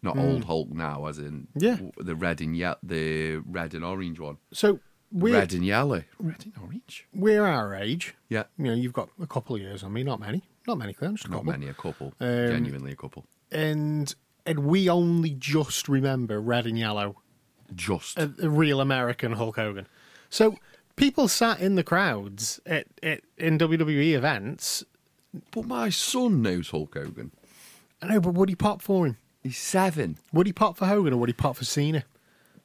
not old Hulk now, as in Hmm. Yeah. w- the red and ye- the red and orange one. so we're Red and yellow. Red and orange. we're our age. Yeah. you know, you've got a couple of years on me, not many, not many, Claire, just a Not couple. many, a couple. Um, genuinely a couple. And and we only just remember red and yellow, Just a, a real American Hulk Hogan. So people sat in the crowds at, at in WWE events. But my son knows Hulk Hogan. I know, but would he pop for him? He's seven. Would he pop for Hogan or would he pop for Cena?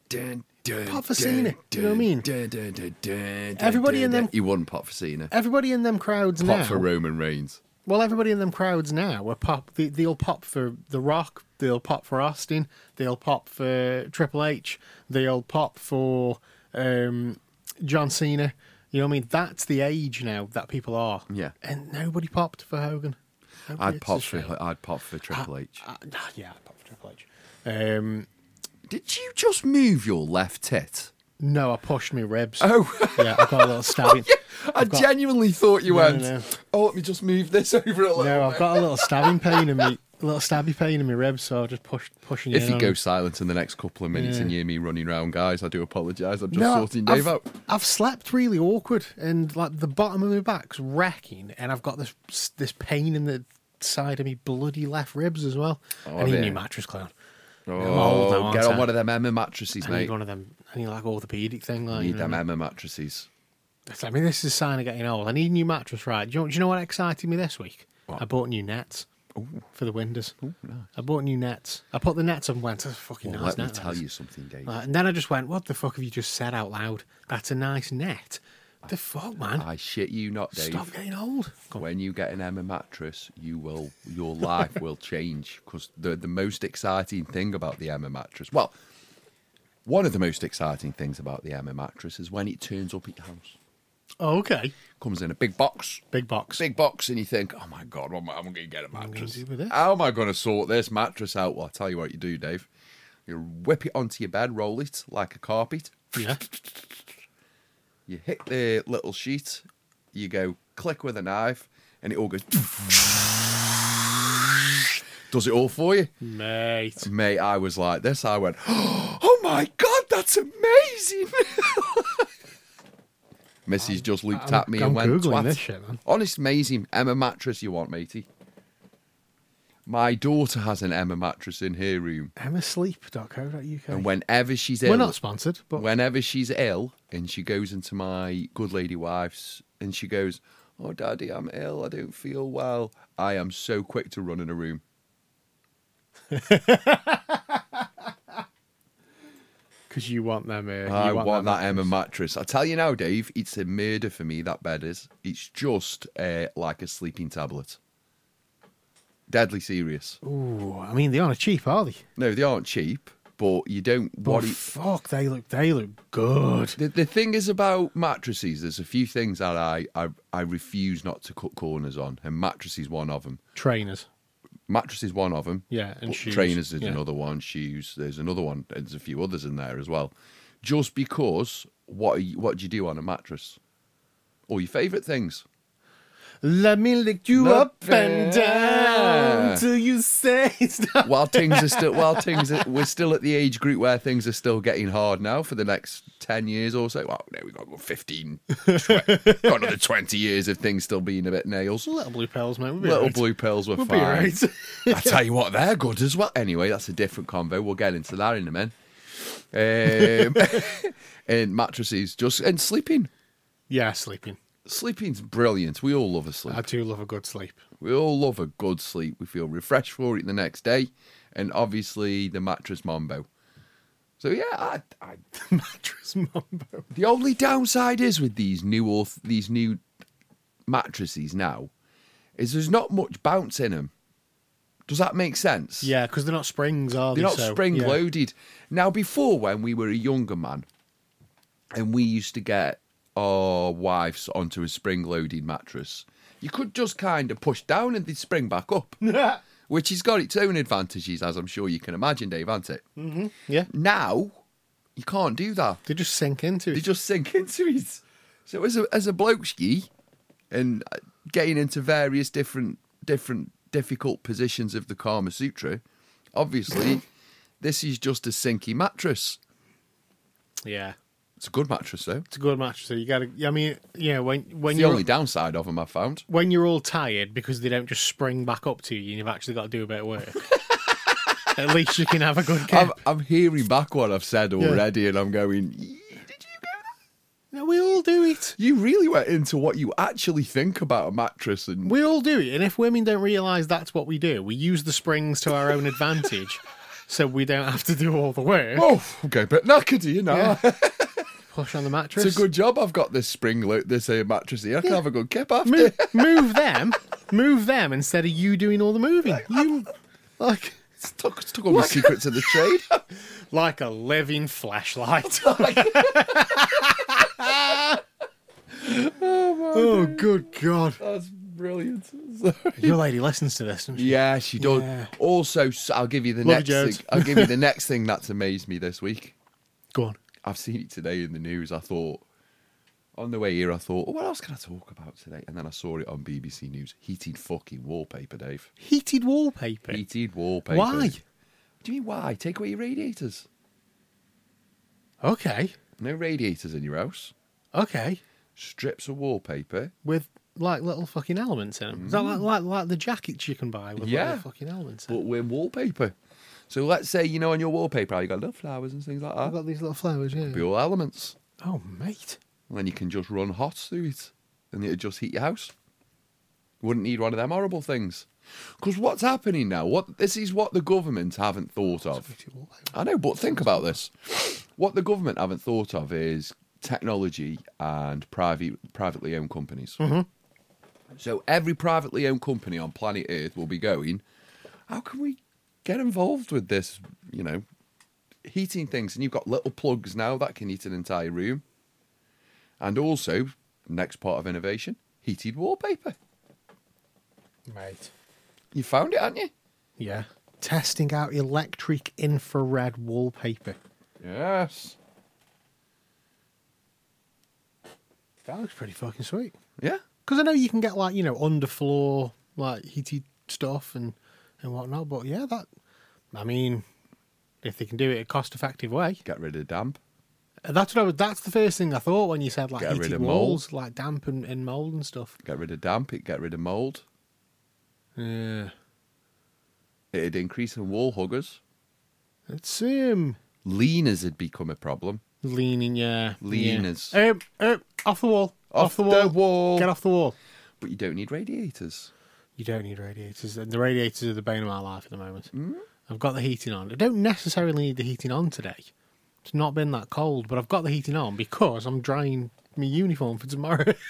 Dun, dun, Pop for Cena, you know what I mean? Dun, dun, dun, dun, dun, Everybody dun, in dun. them- He wouldn't pop for Cena. Everybody in them crowds now. Pop for Roman Reigns. Well, everybody in them crowds now are pop. They, they'll pop for The Rock. They'll pop for Austin. They'll pop for Triple H. They'll pop for um, John Cena. You know what I mean? That's the age now that people are. Yeah. And nobody popped for Hogan. Nobody- I'd it's pop a for shame. I'd pop for Triple H. Uh, nah, yeah, I'd pop for Triple H. Um, Did you just move your left tit? no, I pushed my ribs. Oh. yeah, I got a little stabbing. I got- genuinely thought you went. no. Oh, let me just move this over a little. No, bit." I've got a little stabbing pain in me, a little stabby pain in my ribs, so I just pushed pushing If in you on go him. silent in the next couple of minutes and you hear me running round, guys, I do apologise. I'm just sorting I've, Dave out. I've slept really awkward, and like the bottom of my back's racking, and I've got this this pain in the side of me bloody left ribs as well. Oh, I need a dear. new mattress clown. old now, Oh, get aren't on I? one of them Emma mattresses, I need mate. one of them. I need like orthopedic thing. Like, Need you know, them Emma mattresses. it's- I mean, this is a sign of getting old. I need a new mattress, right? Do you, know- do you know what excited me this week? I bought new nets for the windows. I bought new nets. I put the nets on and went, "That's a fucking Well, nice let me net that tell is." you something, Dave. Like, and then I just went, what the fuck have you just said out loud? That's a nice net. The fuck, man? I shit you not, Dave. Stop getting old. Go on. When you get an Emma mattress, you will your life will change because the the most exciting thing about the Emma mattress, well, one of the most exciting things about the Emma mattress is when it turns up at your house. Oh, okay. Comes in a big box, Big box. big box, and you think, oh my god, what am I going to get a am I gonna mattress? do with this? How am I going to sort this mattress out? Well, I tell you what you do, Dave. You whip it onto your bed, roll it like a carpet, Yeah. you hit the little sheet, you go click with a knife, and it all goes. Does it all for you? Mate. Mate, I was like this. I went, oh my God, that's amazing. Missy's just looked I'm- at me I'm and went, Googling "Twat." this shit, man. Honest, amazing Emma mattress you want, matey. My daughter has an Emma mattress in her room, Emmasleep.co.uk. and whenever she's We're ill, not sponsored, but whenever she's ill and she goes into my good lady wife's and she goes, Oh, daddy, I'm ill. I don't feel well. I am so quick to run in a room. because you want them. Uh, you I want, that, them- Emma mattress. I tell you now, Dave, it's a murder for me, that bed is. It's just uh, like a sleeping tablet. Deadly serious. Ooh, I mean, they aren't cheap, are they? No, they aren't cheap, but you don't What want oh, it. fuck, they look, they look good. The, the thing is about mattresses, there's a few things that I, I, I refuse not to cut corners on, and mattresses one of them. Trainers. mattress is one of them. Yeah, and But shoes, Trainers is yeah. another one. Shoes. There's another one. There's a few others in there as well. Just because, what are you, what do you do on a mattress? All your favourite things. Let me lick you Look up and there. down till you say stop. While things are still, while things are, we're still at the age group where things are still getting hard now for the next ten years or so. Well, no, we've got another fifteen, tw- got another twenty years of things still being a bit nails. Little blue pills, mate. We'll be Little alright. blue pills were We'll be fine. alright. I tell you what, they're good as well. Anyway, that's a different convo. We'll get into that in a minute. Um, and mattresses, just and sleeping. yeah, sleeping. Sleeping's brilliant. We all love a sleep. I do love a good sleep. We all love a good sleep. We feel refreshed for it the next day, and obviously the mattress mambo. So yeah, I, I, Mattress mumbo. the only downside is with these new auth- these new mattresses now, is there's not much bounce in them. Does that make sense? Yeah, because they're not springs, are they? They're not So, spring yeah. loaded. Now, before when we were a younger man, and we used to get our wives onto a spring loaded mattress, you could just kind of push down and they'd spring back up, which has got its own advantages, as I'm sure you can imagine, Dave, hasn't it? yeah, Now, you can't do that. they just sink into They it. just sink into it. So, as a, as a bloke ski and uh, getting into various different, different, difficult positions of the Karma Sutra, obviously, this is just a sinky mattress. Yeah, It's a good mattress, though. it's a good mattress. So you got to. I mean, yeah, when when It's the you're only downside of them I found. when you're all tired because they don't just spring back up to you, and you've actually got to do a bit of work. At least you can have a good I'm, camp. I'm hearing back what I've said already, and I'm going. "Did you go there?" No, we all do it. You really went into what you actually think about a mattress, and We all do it. And if women don't realise that's what we do, we use the springs to our own advantage, so we don't have to do all the work. oh, okay, but knackered, you know. Push on the mattress. It's a good job I've got this spring loop, this uh, mattress here. I can have a good kip after. move, move them, move them instead of you doing all the moving. You like It's took, it's took all my secrets of the trade. like a living flashlight. oh good god! That's brilliant. Your lady listens to this. Doesn't she? yeah, she does. Yeah. Also, s- I'll give you the Love next. you, Jones. thing, I'll give you the next thing that's amazed me this week. Go on. I've seen it today in the news. I thought on the way here, I thought, oh, what else can I talk about today? And then I saw it on BBC News. Heated fucking wallpaper, Dave. Heated wallpaper. Heated wallpaper. Eh. Why? Do you mean why? Take away your radiators. Okay. No radiators in your house. Okay. Strips of wallpaper. With like little fucking elements in them. Is that like, like like the jackets you can buy with Mm. Yeah. little fucking elements? In But with wallpaper. So let's say, you know, on your wallpaper, how you got little flowers and things like I've that. got these little flowers. Yeah. Be all elements. Oh mate. And then you can just run hot through it and it'll just heat your house. Wouldn't need one of them horrible things. Because what's happening now? What this is what the government haven't thought of. I know, but think about this. What the government haven't thought of is technology and private privately owned companies. So every privately owned company on planet Earth will be going. How can we get involved with this? You know, heating things, and you've got little plugs now that can heat an entire room. And also, next part of innovation, heated wallpaper. Mate. You found it, hadn't you? Yeah. Testing out electric infrared wallpaper. Yes. That looks pretty fucking sweet. Yeah. Because I know you can get like you know underfloor like heated stuff and and whatnot, but yeah, that I mean, if they can do it in a cost effective way, Get rid of damp. that's what I was. That's the first thing I thought when you said like Get rid heated of mold. walls, like damp and, and mold and stuff. Get rid of damp. It get rid of mold. Yeah, It'd increase in wall huggers. it's um Leaners had become a problem. leaning. Yeah, Leaners. Yeah. Um, um, off the wall. Off Off, the, wall. the wall. Get off the wall. But you don't need radiators. You don't need radiators, and the radiators are the bane of my life at the moment. Hmm? I've got the heating on. I don't necessarily need the heating on today. It's not been that cold, but I've got the heating on because I'm drying my uniform for tomorrow.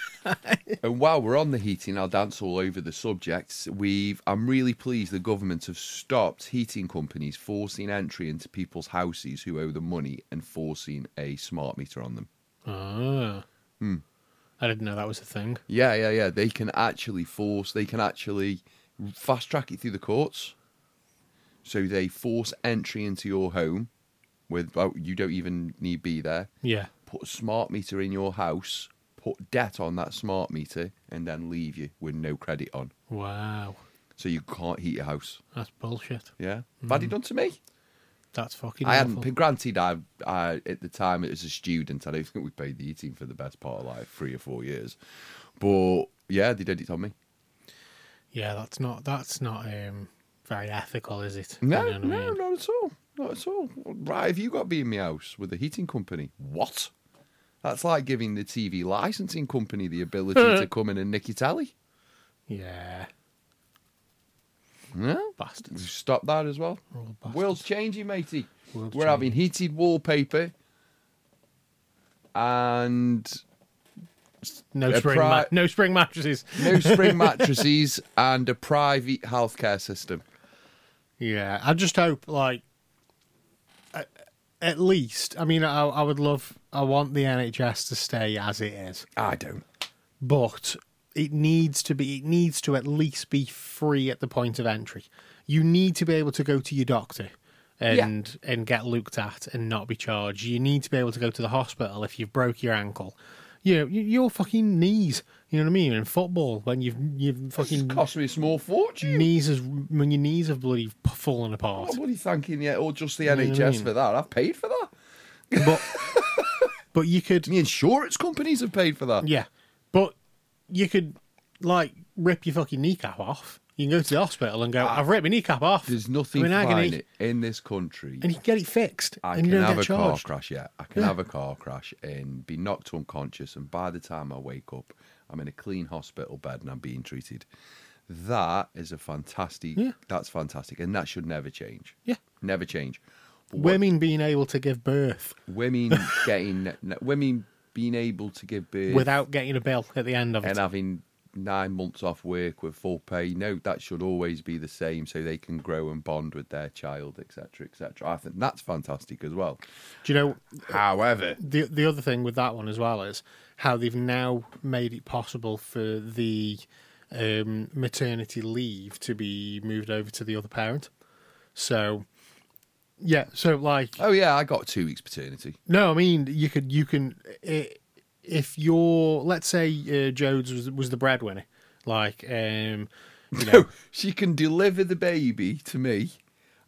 And while we're on the heating, I'll dance all over the subjects. We've I'm really pleased the government have stopped heating companies forcing entry into people's houses who owe them money and forcing a smart meter on them. ah. Hmm. I didn't know that was a thing. Yeah, yeah, yeah. They can actually force. They can actually fast track it through the courts. So they force entry into your home without you don't even need be there. Yeah. Put a smart meter in your house, put debt on that smart meter, and then leave you with no credit on. Wow. So you can't heat your house. That's bullshit. Yeah, badly done to me. That's fucking. I awful. hadn't. Granted, I, I at the time as a student, I don't think we paid the eating for the best part of like three or four years. But yeah, they did it on me. Yeah, that's not. That's not um, very ethical, is it? You No, know what I no, mean? not at all. Not at all. Right, have you got to be in my house with a heating company? What? That's like giving the TV licensing company the ability to come in and nick your tally. Yeah, Yeah. bastards. Stop that as well. We're all bastards. World's changing, matey. World's We're having heated wallpaper and No A spring. pri- ma- no spring mattresses. no spring mattresses and a private healthcare system. Yeah, I just hope like a- at least. I mean, I, I would love. I want the NHS to stay as it is, I don't. but it needs to be. It needs to at least be free at the point of entry. You need to be able to go to your doctor. And and get looked at and not be charged. You need to be able to go to the hospital if you've broke your ankle. You know, y- your fucking knees. You know what I mean? In football, when you've you've It's fucking cost me a small fortune. knees is when your knees have bloody fallen apart. I'm bloody thanking the or just the know what I NHS mean? for that. I've paid for that. but but you could The insurance companies have paid for that. yeah but you could like rip your fucking kneecap off you can go to the hospital and go i've ripped my kneecap off Ah, There's nothing I'm in agony," fine in this country. and you can get it fixed I and can you don't have get a car charged crash, yeah. I can have a car crash and be knocked unconscious, and by the time I wake up, I'm in a clean hospital bed and I'm being treated. That is a fantastic. Yeah. That's fantastic, and that should never change. Yeah. never change. But what- women being able to give birth women getting women being able to give birth without getting a bill at the end of it and having nine months off work with full pay. No, that should always be the same, so they can grow and bond with their child, etc., etc. I think that's fantastic as well. do you know However, the the other thing with that one as well is how they've now made it possible for the um, maternity leave to be moved over to the other parent. So, yeah, so like oh yeah, I got two weeks paternity. no, I mean you could you can i- if you're let's say uh, Jodes was was the breadwinner, like um, you know She can deliver the baby to me.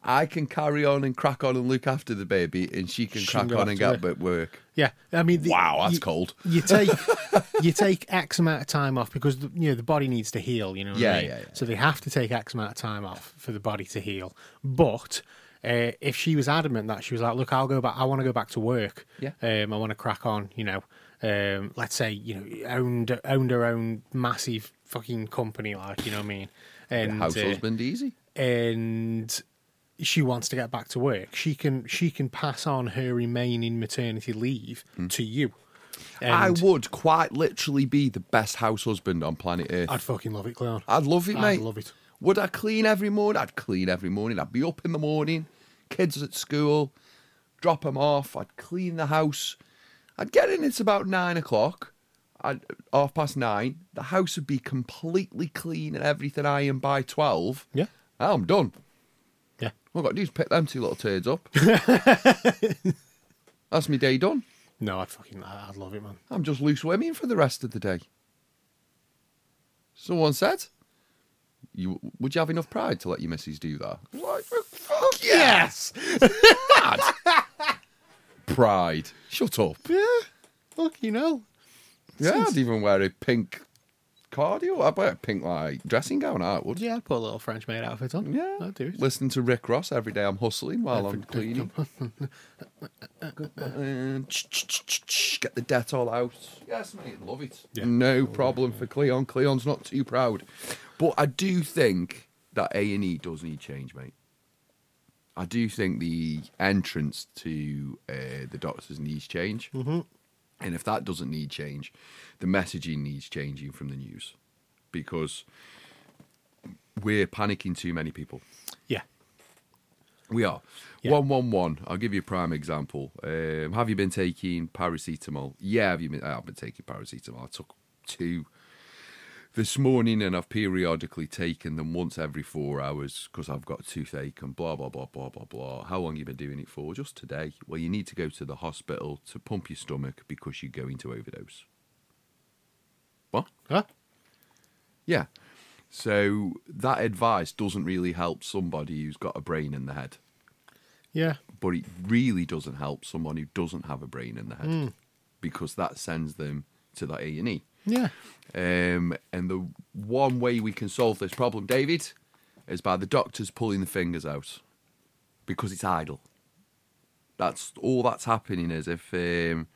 I can carry on and crack on and look after the baby, and she can She can crack go on back and to get work. at work. yeah, I mean the- Wow, that's you- cold. you take you take X amount of time off because the, you know the body needs to heal. You know, what I Yeah, mean? yeah, yeah. So they have to take X amount of time off for the body to heal. But uh, if she was adamant that she was like, "Look, I'll go back. I want to go back to work. Yeah. um, I want to crack on." You know, um, let's say you know owned owned her own massive fucking company, like you know what I mean. And House uh, husband easy. and she wants to get back to work, she can she can pass on her remaining maternity leave to you. And Hmm. I would quite literally be the best house husband on planet Earth. I'd fucking love it, Clown. I'd love it, I'd mate. love it. Would I clean every morning? I'd clean every morning. I'd be up in the morning, kids at school, drop them off. I'd clean the house. I'd get in. It's about nine o'clock. I'd half past nine. The house would be completely clean and everything ironed by twelve. Ah, Yeah. I'm done. Yeah. All I've got to do is pick them two little turds up. That's my day done. No, I'd fucking I- I'd love it, man. I'm just loose women for the rest of the day. Someone said, "You would you have enough pride to let your missus do that?" Like, fuck yes, Mad. pride. Shut up. Yeah. Fucking hell. Yeah, I'd even wear a pink cardio. I'd wear a pink like dressing gown. I would. Yeah, I'd put a little French maid outfit on. Yeah, I'd do it. Listen to Rick Ross every day. I'm hustling while I'm cleaning. Get the debt all out. Yes, mate, love it. Yeah. No problem for Cleon. Cleon's not too proud, but I do think that A and E does need change, mate. I do think the entrance to uh, the doctors needs change, mm-hmm. and if that doesn't need change, the messaging needs changing from the news because we're panicking too many people. Yeah. We are. Yeah. One one one. I'll give you a prime example. Um, have you been taking paracetamol? Yeah, have you been? I've been taking paracetamol. I took two this morning, and I've periodically taken them once every four hours because I've got a toothache and blah blah blah blah blah blah. How long you been doing it for? Just today. Well, you need to go to the hospital to pump your stomach because you're going to overdose. What? Huh? Yeah. So that advice doesn't really help somebody who's got a brain in the head, Yeah. but it really doesn't help someone who doesn't have a brain in the head because that sends them to that A and E. Yeah. Um, and the one way we can solve this problem, David, is by the doctors pulling the fingers out because it's idle. That's all that's happening. Is if um,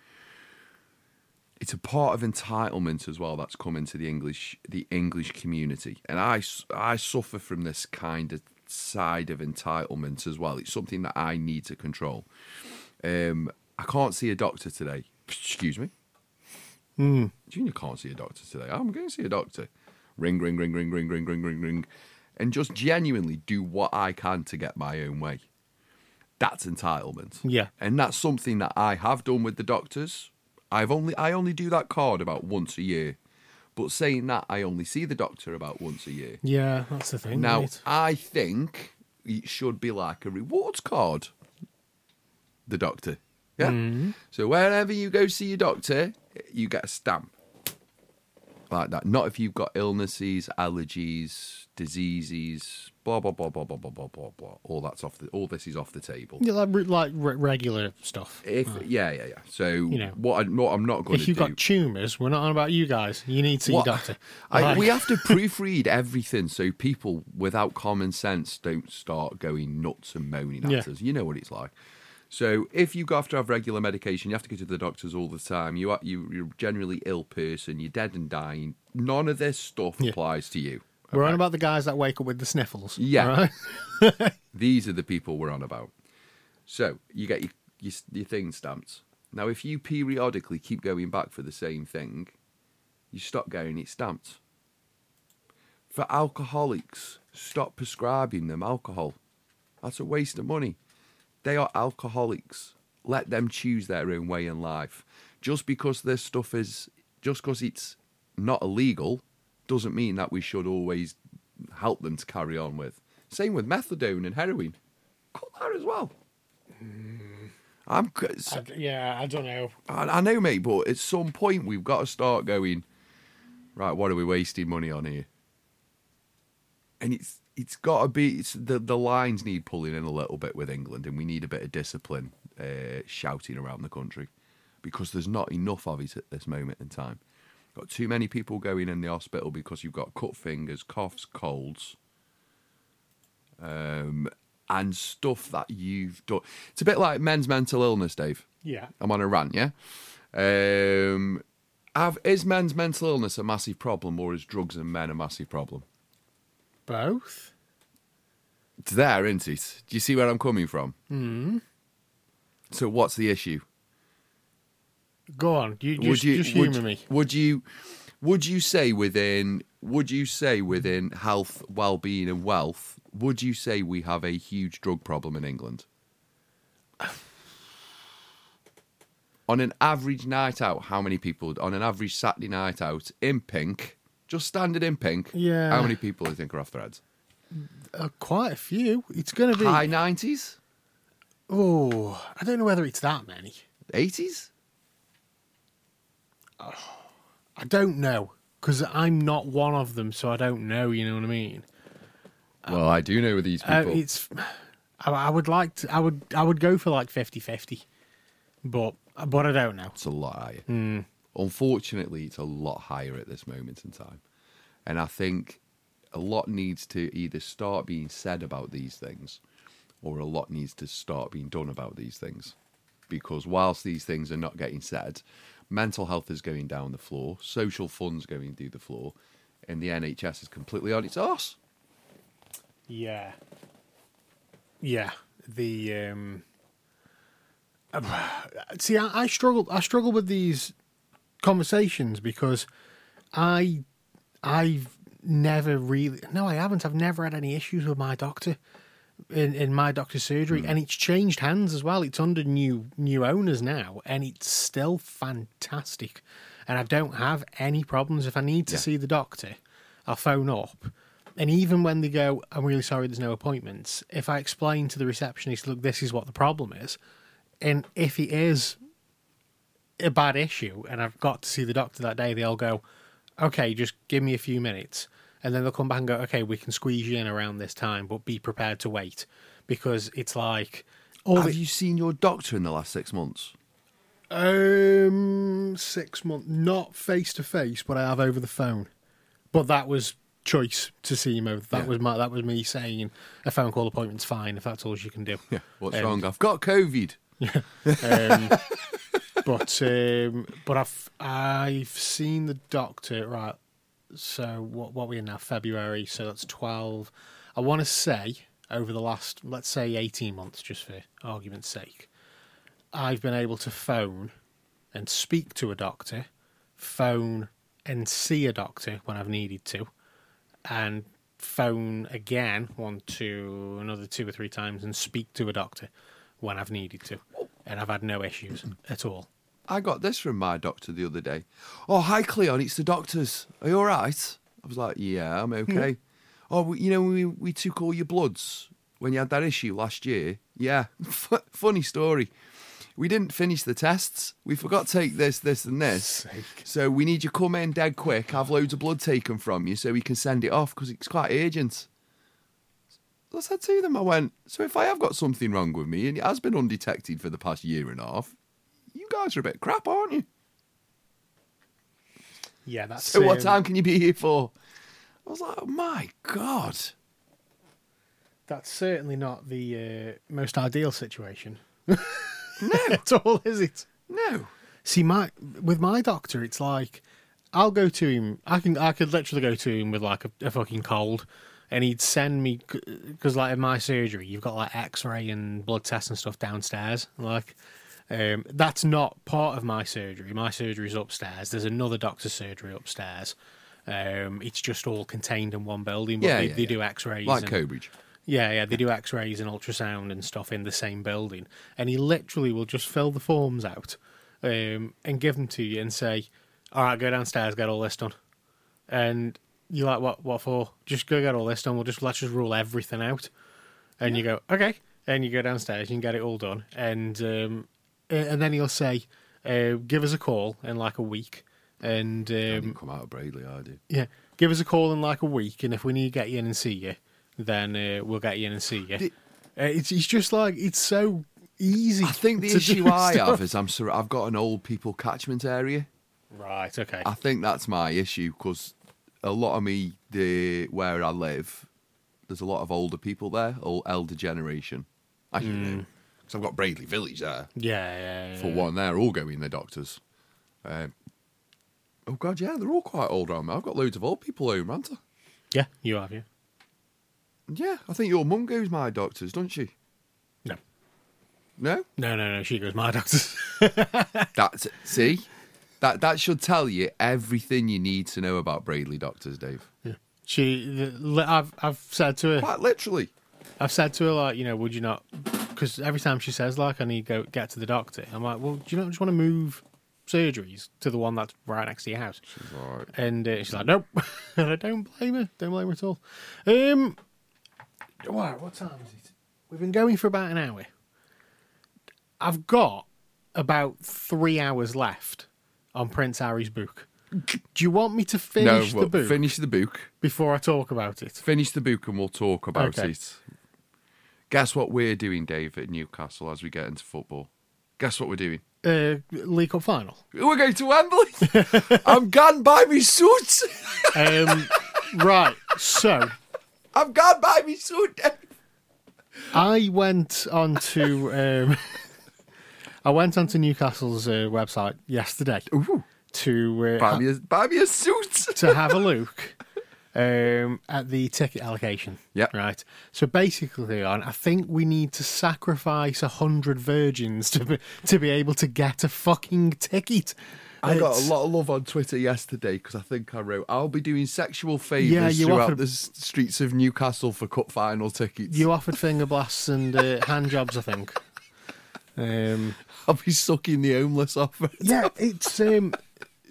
it's a part of entitlement as well that's come into the English the English community, and I s- I suffer from this kind of side of entitlement as well. It's something that I need to control. Um, I can't see a doctor today. Excuse me. Junior can't see a doctor today. I'm going to see a doctor. Ring, ring, ring, ring, ring, ring, ring, ring, ring. And just genuinely do what I can to get my own way. That's entitlement. Yeah. And that's something that I have done with the doctors. I've only I only do that card about once a year. But saying that I only see the doctor about once a year. Yeah. That's the thing. Now, right? I think it should be like a rewards card. The doctor. Yeah. Mm-hmm. So wherever you go see your doctor, you get a stamp. Like that. Not if you've got illnesses, allergies, diseases, blah blah blah blah blah blah blah blah blah. All that's off the all this is off the table. Yeah, like, re- like re- regular stuff. If yeah, yeah, yeah. So know. what I what I'm not gonna If you've do got tumours, we're not on about you guys. You need to see your What- doctor. I, Like- We have to proofread everything so people without common sense don't start going nuts and moaning at Yeah. us. You know what it's like. So if you have to have regular medication, you have to go to the doctors all the time. You are you, you're a generally ill person. You're dead and dying. None of this stuff Yeah. applies to you. We're on about the guys that wake up with the sniffles. Yeah. all right? These are the people we're on about. So you get your, your, your thing stamped. Now, if you periodically keep going back for the same thing, you stop getting it stamped. For alcoholics, stop prescribing them alcohol. That's a waste of money. They are alcoholics. Let them choose their own way in life. Just because this stuff is, just because it's not illegal, doesn't mean that we should always help them to carry on with. Same with methadone and heroin. Cut that as well. I'm. c- I- yeah, I don't know. I, I know, mate, but at some point we've got to start going. Right, what are we wasting money on here? And it's it's got to be it's the the lines need pulling in a little bit with England, and we need a bit of discipline uh, shouting around the country because there's not enough of it at this moment in time. Got too many people going in the hospital because you've got cut fingers, coughs, colds um, and stuff that you've done. It's a bit like men's mental illness, Dave. Yeah. I'm on a rant, yeah? Um, have, is men's mental illness a massive problem or is drugs and men a massive problem? Both. It's there, isn't it? Do you see where I'm coming from? Mm. So, what's the issue? Go on. You just, just humour would, me. Would you would you say within would you say within health, well being and wealth, would you say we have a huge drug problem in England? on an average night out, how many people on an average Saturday night out in pink, just standard in pink, Yeah. how many people do you think are off their heads? Uh, quite a few. It's going to be. High nineties? Oh, I don't know whether it's that many. Eighties? I don't know because I'm not one of them, so I don't know. You know what I mean? Well, I do know these Uh, people. it's. I, I would like to. I would. I would go for like 50-50. but but I don't know. It's a lot higher. Hmm. Unfortunately, it's a lot higher at this moment in time. And I think a lot needs to either start being said about these things or a lot needs to start being done about these things. Because whilst these things are not getting said, mental health is going down the floor, social funds going through the floor, and the NHS is completely on its arse. Yeah. Yeah. The um see I, I struggle I struggle with these conversations because I I've never really no, I haven't. I've never had any issues with my doctor. in, in my doctor's surgery, and it's changed hands as well. It's under new new owners now, and it's still fantastic. And I don't have any problems. If I need to Yeah. see the doctor, I'll phone up. And even when they go, I'm really sorry, there's no appointments. If I explain to the receptionist, look, this is what the problem is, and if it is a bad issue and I've got to see the doctor that day, they'll go, okay, just give me a few minutes. And then they'll come back and go, okay, we can squeeze you in around this time, but be prepared to wait because it's like, all Have the, you seen your doctor in the last six months? um, six months, not face to face, but I have over the phone. But that was choice to see him over. That Yeah. was my, that was me saying a phone call appointment's fine if that's all you can do. Yeah. What's Um, wrong? I've got COVID. um, but um, but I've I've seen the doctor right. So what what we in now February? So that's twelve. I want to say over the last let's say eighteen months, just for argument's sake, I've been able to phone and speak to a doctor, phone and see a doctor when I've needed to, and phone again one two another two or three times and speak to a doctor when I've needed to, and I've had no issues at all. I got this from my doctor the other day. Oh, hi, Cleon. It's the doctors. Are you all right? I was like, yeah, I'm okay. Oh, we- you know, we, we took all your bloods when you had that issue last year. Yeah. F- funny story. We didn't finish the tests. We forgot to take this, this, and this. So we need you to come in dead quick, have loads of blood taken from you so we can send it off because it's quite urgent. I said to them, I went, so if I have got something wrong with me and it has been undetected for the past year and a half, you guys are a bit crap, aren't you? Yeah, that's So what um, time can you be here for? I was like, oh my God. That's certainly not the uh, most ideal situation. no, at all, is it? No. See, my with my doctor, it's like I'll go to him. I can I could literally go to him with like a, a fucking cold, and he'd send me because like in my surgery, you've got like X-ray and blood tests and stuff downstairs. Like um, that's not part of my surgery. My surgery's upstairs. There's another doctor's surgery upstairs. Um, it's just all contained in one building. But Yeah, they, yeah, they yeah. do X-rays. Like and- Cobridge. yeah, yeah, they do x rays and ultrasound and stuff in the same building. And he literally will just fill the forms out um, and give them to you and say, All right, go downstairs, get all this done. And you're like, What What for? Just go get all this done. We'll just let's just rule everything out. And you go, Okay. And you go downstairs and get it all done. And um, a- and then he'll say, uh, Give us a call in like a week. And um, Didn't come out of Bradley, I did. yeah, give us a call in like a week, and if we need to get you in and see you, then uh, we'll get you in and see you. Di- Uh, it's it's just like it's so easy. I think the to do issue I stuff. have is I'm sur- I've got an old people catchment area. right. Okay. I think that's my issue because a lot of me, the where I live, there's a lot of older people there, old elder generation. I should know. Because I've got Bradley Village there. yeah, yeah, yeah. For one, they're all going their doctors. Um, oh God, yeah, they're all quite old, aren't they? I've got loads of old people home, aren't I? Yeah, you have you. Yeah, I think your mum goes my doctors, doesn't she? No, No, no, no, no. She goes my doctor's. that's see, that that should tell you everything you need to know about Bradley doctors, Dave. she, the- li- I've I've said to her, Quite literally. I've said to her like, you know, would you not? Because every time she says like, I need to go get to the doctor, I'm like, well, do you not just want to move surgeries to the one that's right next to your house? Right. And uh, she's like, nope. and I don't blame her. Don't blame her at all. Um, what, what time is it? We've been going for about an hour. I've got about three hours left on Prince Harry's book. Do you want me to No, finish well, the book finish the book. before I talk about it? Finish the book, and we'll talk about Okay. it. Guess what we're doing, Dave, at Newcastle as we get into football. Guess what we're doing. Uh, League Cup final. We're going to Wembley. I'm gone by me suit. Um, right. So I'm gone by me suit. I went on to um, I went onto Newcastle's uh, website yesterday to uh, Buy me, a, buy me a suit. to have a look um, at the ticket allocation. Yep. Right. So basically, on I think we need to sacrifice a hundred virgins to be, to be able to get a fucking ticket. I got a It's- lot of love on Twitter yesterday because I think I wrote, "I'll be doing sexual favors Yeah, you throughout offered- the s- streets of Newcastle for cup final tickets. You offered finger blasts and uh, hand jobs, I think. Um, I'll be sucking the homeless off." it." yeah, it's um,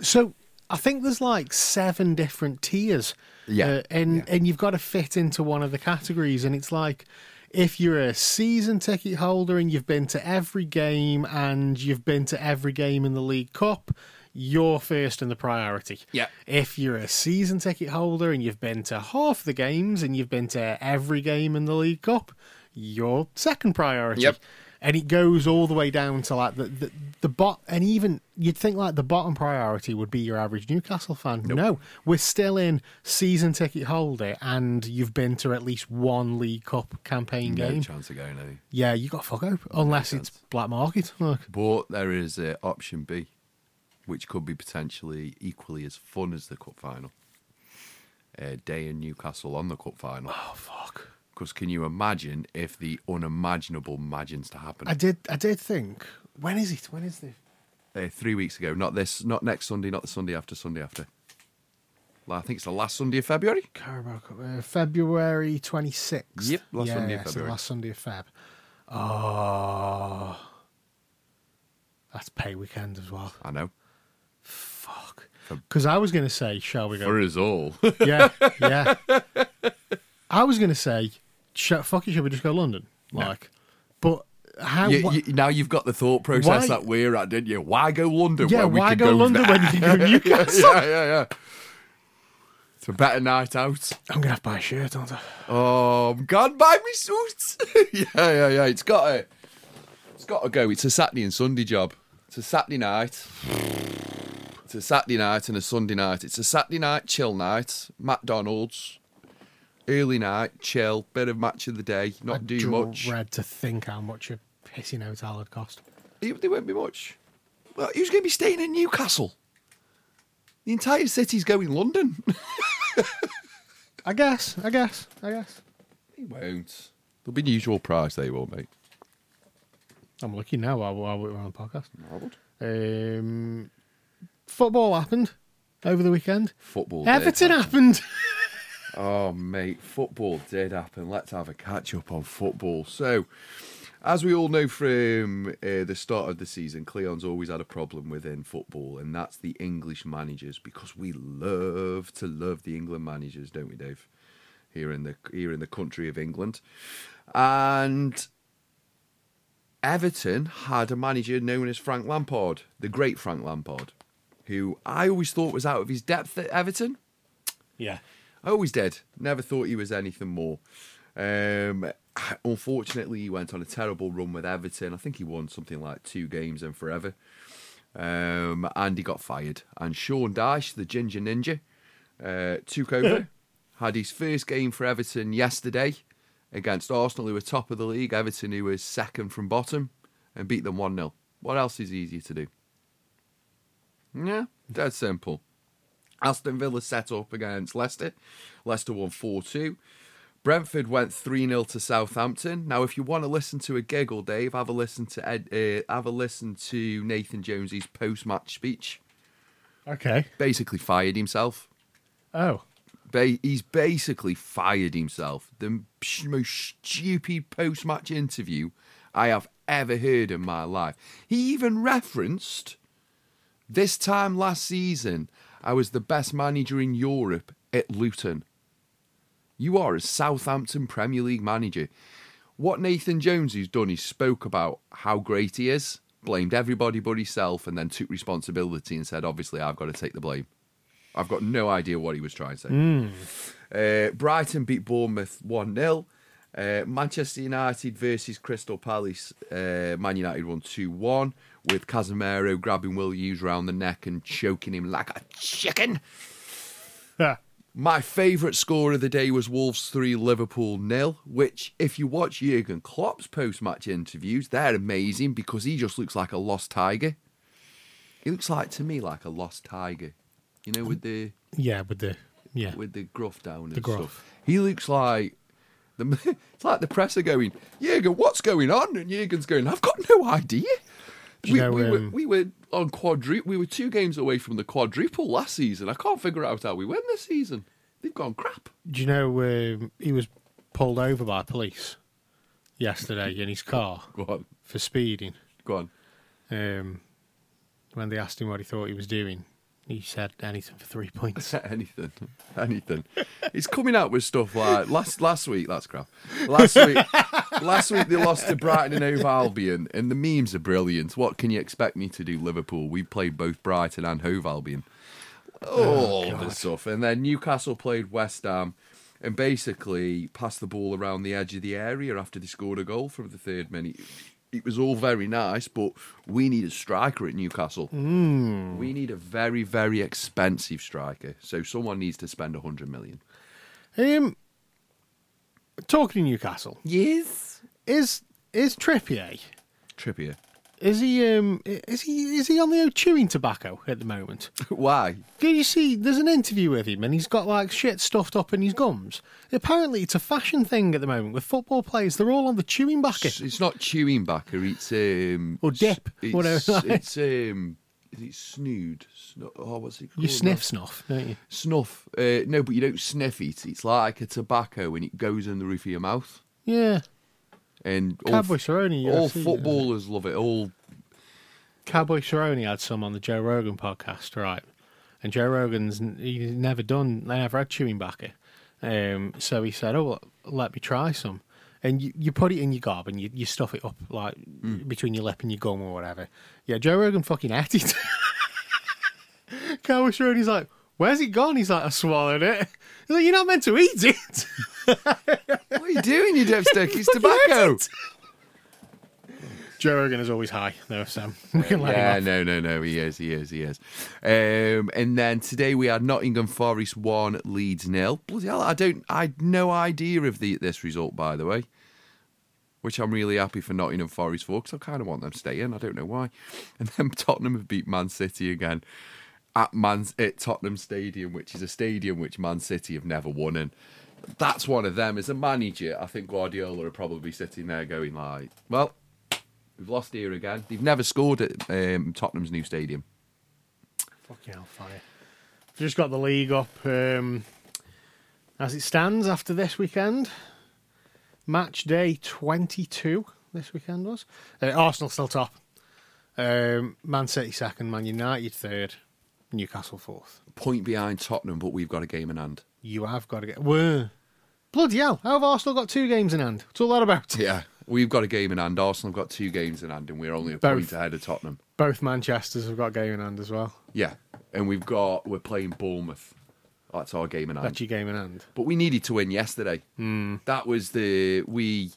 so I think there's like seven different tiers. uh, Yeah, and yeah. and you've got to fit into one of the categories, and it's like if you're a season ticket holder and you've been to every game and you've been to every game in the League Cup. You're first in the priority. Yeah. If you're a season ticket holder and you've been to half the games and you've been to every game in the League Cup, you're second priority. Yep. And it goes all the way down to like the the, the bot, and even you'd think like the bottom priority would be your average Newcastle fan. No, we're still in season ticket holder, and you've been to at least one League Cup campaign No game. chance of going eh? any. Yeah, you got fuck up unless it's black market. Look, But there is uh, option B, which could be potentially equally as fun as the cup final. Uh, day in Newcastle on the cup final. oh fuck. Because can you imagine if the unimaginable imagines to happen? I did I did think when is it? When is the uh, three weeks ago. Not this, not next Sunday, not the Sunday after, Sunday after. Well, I think it's the last Sunday of February. Carabao Cup, uh, February 26th. Yep, last yeah, Sunday of so February. last Sunday of Feb. Oh, that's pay weekend as well. I know. Fuck. Because I was going to say, shall we go? For us all. yeah, yeah. I was going to say, sh- fuck it, should we just go London? Like, but how? You- wha- you- now you've got the thought process Why- that we're at, didn't you? Why go London? yeah, when we why could go, London there? when you can go Newcastle? yeah, yeah, yeah. It's a better night out. I'm going to have to buy a shirt, aren't I? Oh, I'm gone by me suit. yeah, yeah, yeah. It's got to, it's got to go. It's a Saturday and Sunday job. It's a Saturday night. It's a Saturday night and a Sunday night. It's a Saturday night chill night. McDonald's, early night chill. Bit of match of the day. Not do much. Dread to think how much a pissing hotel would cost. They- They won't be much. Well, who's going to be staying in Newcastle? The entire city's going London. I guess, I guess, I guess. they won't. They'll be the usual price. They will, mate. I'm lucky now while, while we're on the podcast. Um, football happened over the weekend. Football. did Everton happen. happened. Oh, mate, football did happen. Let's have a catch up on football. So, as we all know from uh, the start of the season, Cleon's always had a problem within football, and that's the English managers because we love to love the England managers, don't we, Dave? Here in the here in the country of England, and Everton had a manager known as Frank Lampard, the great Frank Lampard, who I always thought was out of his depth at Everton. Yeah. I always did. Never thought he was anything more. Um, unfortunately, he went on a terrible run with Everton. I think he won something like two games and forever. Um, and he got fired. And Sean Dyche, the ginger ninja, uh, took over. had his first game for Everton yesterday against Arsenal, who were top of the league. Everton, who was second from bottom, and beat them 1 0. What else is easier to do? Yeah, dead simple. Aston Villa set up against Leicester. Leicester won 4 2. Brentford went 3 0 to Southampton. Now, if you want to listen to a giggle, Dave, have a listen to Ed, uh, have a listen to Nathan Jonesy's post match speech. Okay. Basically, fired himself. Oh. Ba- he's basically fired himself. The sh- most stupid post match interview I have ever heard in my life. He even referenced this time last season, I was the best manager in Europe at Luton. You are a Southampton Premier League manager. What Nathan Jones has done is spoke about how great he is, blamed everybody but himself, and then took responsibility and said, obviously, I've got to take the blame. I've got no idea what he was trying to say. Uh, Brighton beat Bournemouth 1 0. Uh, Manchester United versus Crystal Palace. Uh, Man United won 2 1 with Casemiro grabbing Will Hughes round the neck and choking him like a chicken. Yeah. My favourite score of the day was Wolves 3, Liverpool 0, which, if you watch Jurgen Klopp's post match interviews, they're amazing because he just looks like a lost tiger. He looks like, to me, like a lost tiger. You know, with the Yeah, with the yeah. with the gruff down and gruff. stuff. He looks like the it's like the press are going, Jürgen, what's going on? And Jürgen's going, I've got no idea. Do you We, know, we, were, um, we were on quadru. We were two games away from the quadruple last season. I can't figure out how we win this season. They've gone crap. do you know um, he was pulled over by police yesterday in his car Go on, for speeding? go on. Um, when they asked him what he thought he was doing, he said anything for three points. anything, anything. He's coming out with stuff like last last week. That's crap. Last week, last week they lost to Brighton and Hove Albion, and the memes are brilliant. What can you expect me to do, Liverpool? We played both Brighton and Hove Albion. All this stuff, and then Newcastle played West Ham, and basically passed the ball around the edge of the area after they scored a goal from the third minute. It was all very nice, but we need a striker at Newcastle. We need a very, very expensive striker. So someone needs to spend a hundred million. Um, talking to Newcastle, Yes. is is Trippier? Trippier. Is he um i- is he is he on the old chewing tobacco at the moment? Why? Did you see? There's an interview with him, and he's got like shit stuffed up in his gums. Apparently, it's a fashion thing at the moment with football players. They're all on the chewing tobacco. It's, it's not chewing backer. It's um. Or dip, It's, whatever. It's um. Is it snood? Sno- oh, what's it called? You sniff snuff, don't you? Snuff. Uh, no, but you don't sniff it. It's like a tobacco, and it goes in the roof of your mouth. Yeah, And Cowboy Cerrone, you all see, yeah. footballers love it. All Cowboy Cerrone had some on the Joe Rogan podcast, right? And Joe Rogan's n- he's never done, never had chewing tobacco. Um, so he said, "Oh, well, let me try some." And you, you put it in your gob and you, you stuff it up like between your lip and your gum or whatever. Yeah, Joe Rogan fucking ate it. Cowboy Cerrone's like, "Where's it gone?" He's like, "I swallowed it." He's like, "You're not meant to eat it." what are you doing, you dipstick? It's Fucking ate tobacco. it. Joe Rogan is always high, though, Sam. We can let him yeah, off. no, no, no. He is, he is, he is. Um, and then today we had Nottingham Forest one, Leeds nil. Bloody hell! I don't, I had no idea of the this result, by the way. Which I'm really happy for Nottingham Forest for because I kind of want them to stay in. I don't know why. And then Tottenham have beat Man City again at Man's at Tottenham Stadium, which is a stadium which Man City have never won in. That's one of them. As a manager, I think Guardiola are probably sitting there going like, "Well, We've lost here again. They've never scored at um, Tottenham's new stadium. Fucking hellfire. We've just got the league up um, as it stands after this weekend. Match day 22 this weekend was. Uh, Arsenal still top. Um, Man City second, Man United third, Newcastle fourth. Point behind Tottenham, but we've got a game in hand. You have got to get. Whoa. Bloody hell. How have Arsenal got two games in hand? What's all that about? Yeah, we've got a game in hand. Arsenal have got two games in hand, and we're only a Both. point ahead of Tottenham. Both Manchesters have got a game in hand as well. Yeah, and we've got we're playing Bournemouth. That's our game in hand. That's your game in hand. but we needed to win yesterday. That was the we.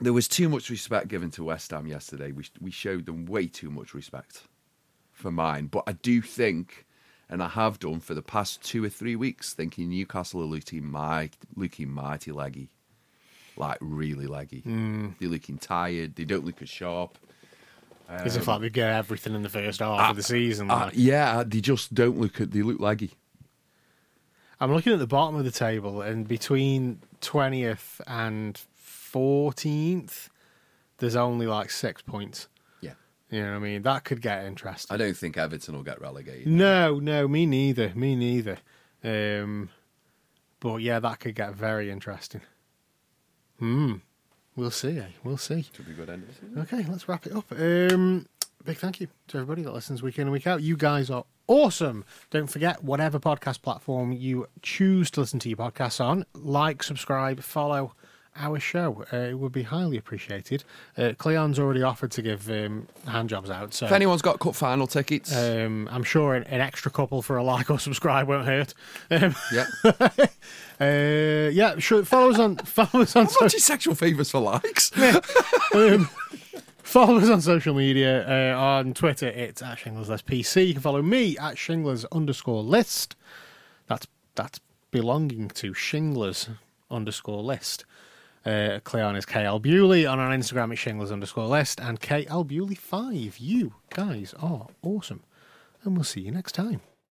There was too much respect given to West Ham yesterday. We we showed them way too much respect, for mine. But I do think, and I have done for the past two or three weeks, thinking Newcastle are looking my looking mighty leggy, like really leggy. They're looking tired. They don't look as sharp. As if like they get everything in the first half of the season. Uh, like. yeah, they just don't look. at- They look leggy. I'm looking at the bottom of the table, and between 20th and 14th, there's only like six points. Yeah, You know what I mean? That could get interesting. I don't think Everton will get relegated. No, no, me neither. Me neither. Um, but yeah, that could get very interesting. Hmm. We'll see. Eh? We'll see. Should be a good end of the season. Okay, let's wrap it up. Um, big thank you to everybody that listens week in and week out. You guys are awesome. Don't forget, whatever podcast platform you choose to listen to your podcasts on, like, subscribe, follow our show. Uh, it would be highly appreciated. Uh, Cleon's already offered to give um, hand jobs out, so If anyone's got cup final tickets, um, I'm sure an, an extra couple for a like or subscribe won't hurt. Um, yeah. uh, yeah, sure. Follow us on follow us on social Such sexual favours for likes. Um, Follow us on social media. Uh, on Twitter, it's at Shinglers List PC. You can follow me at Shinglers underscore list. That's that's belonging to Shinglers underscore list. Uh, Cleon is KL Bewley on our Instagram at Shinglers underscore list and KL Bewley5. You guys are awesome. And we'll see you next time.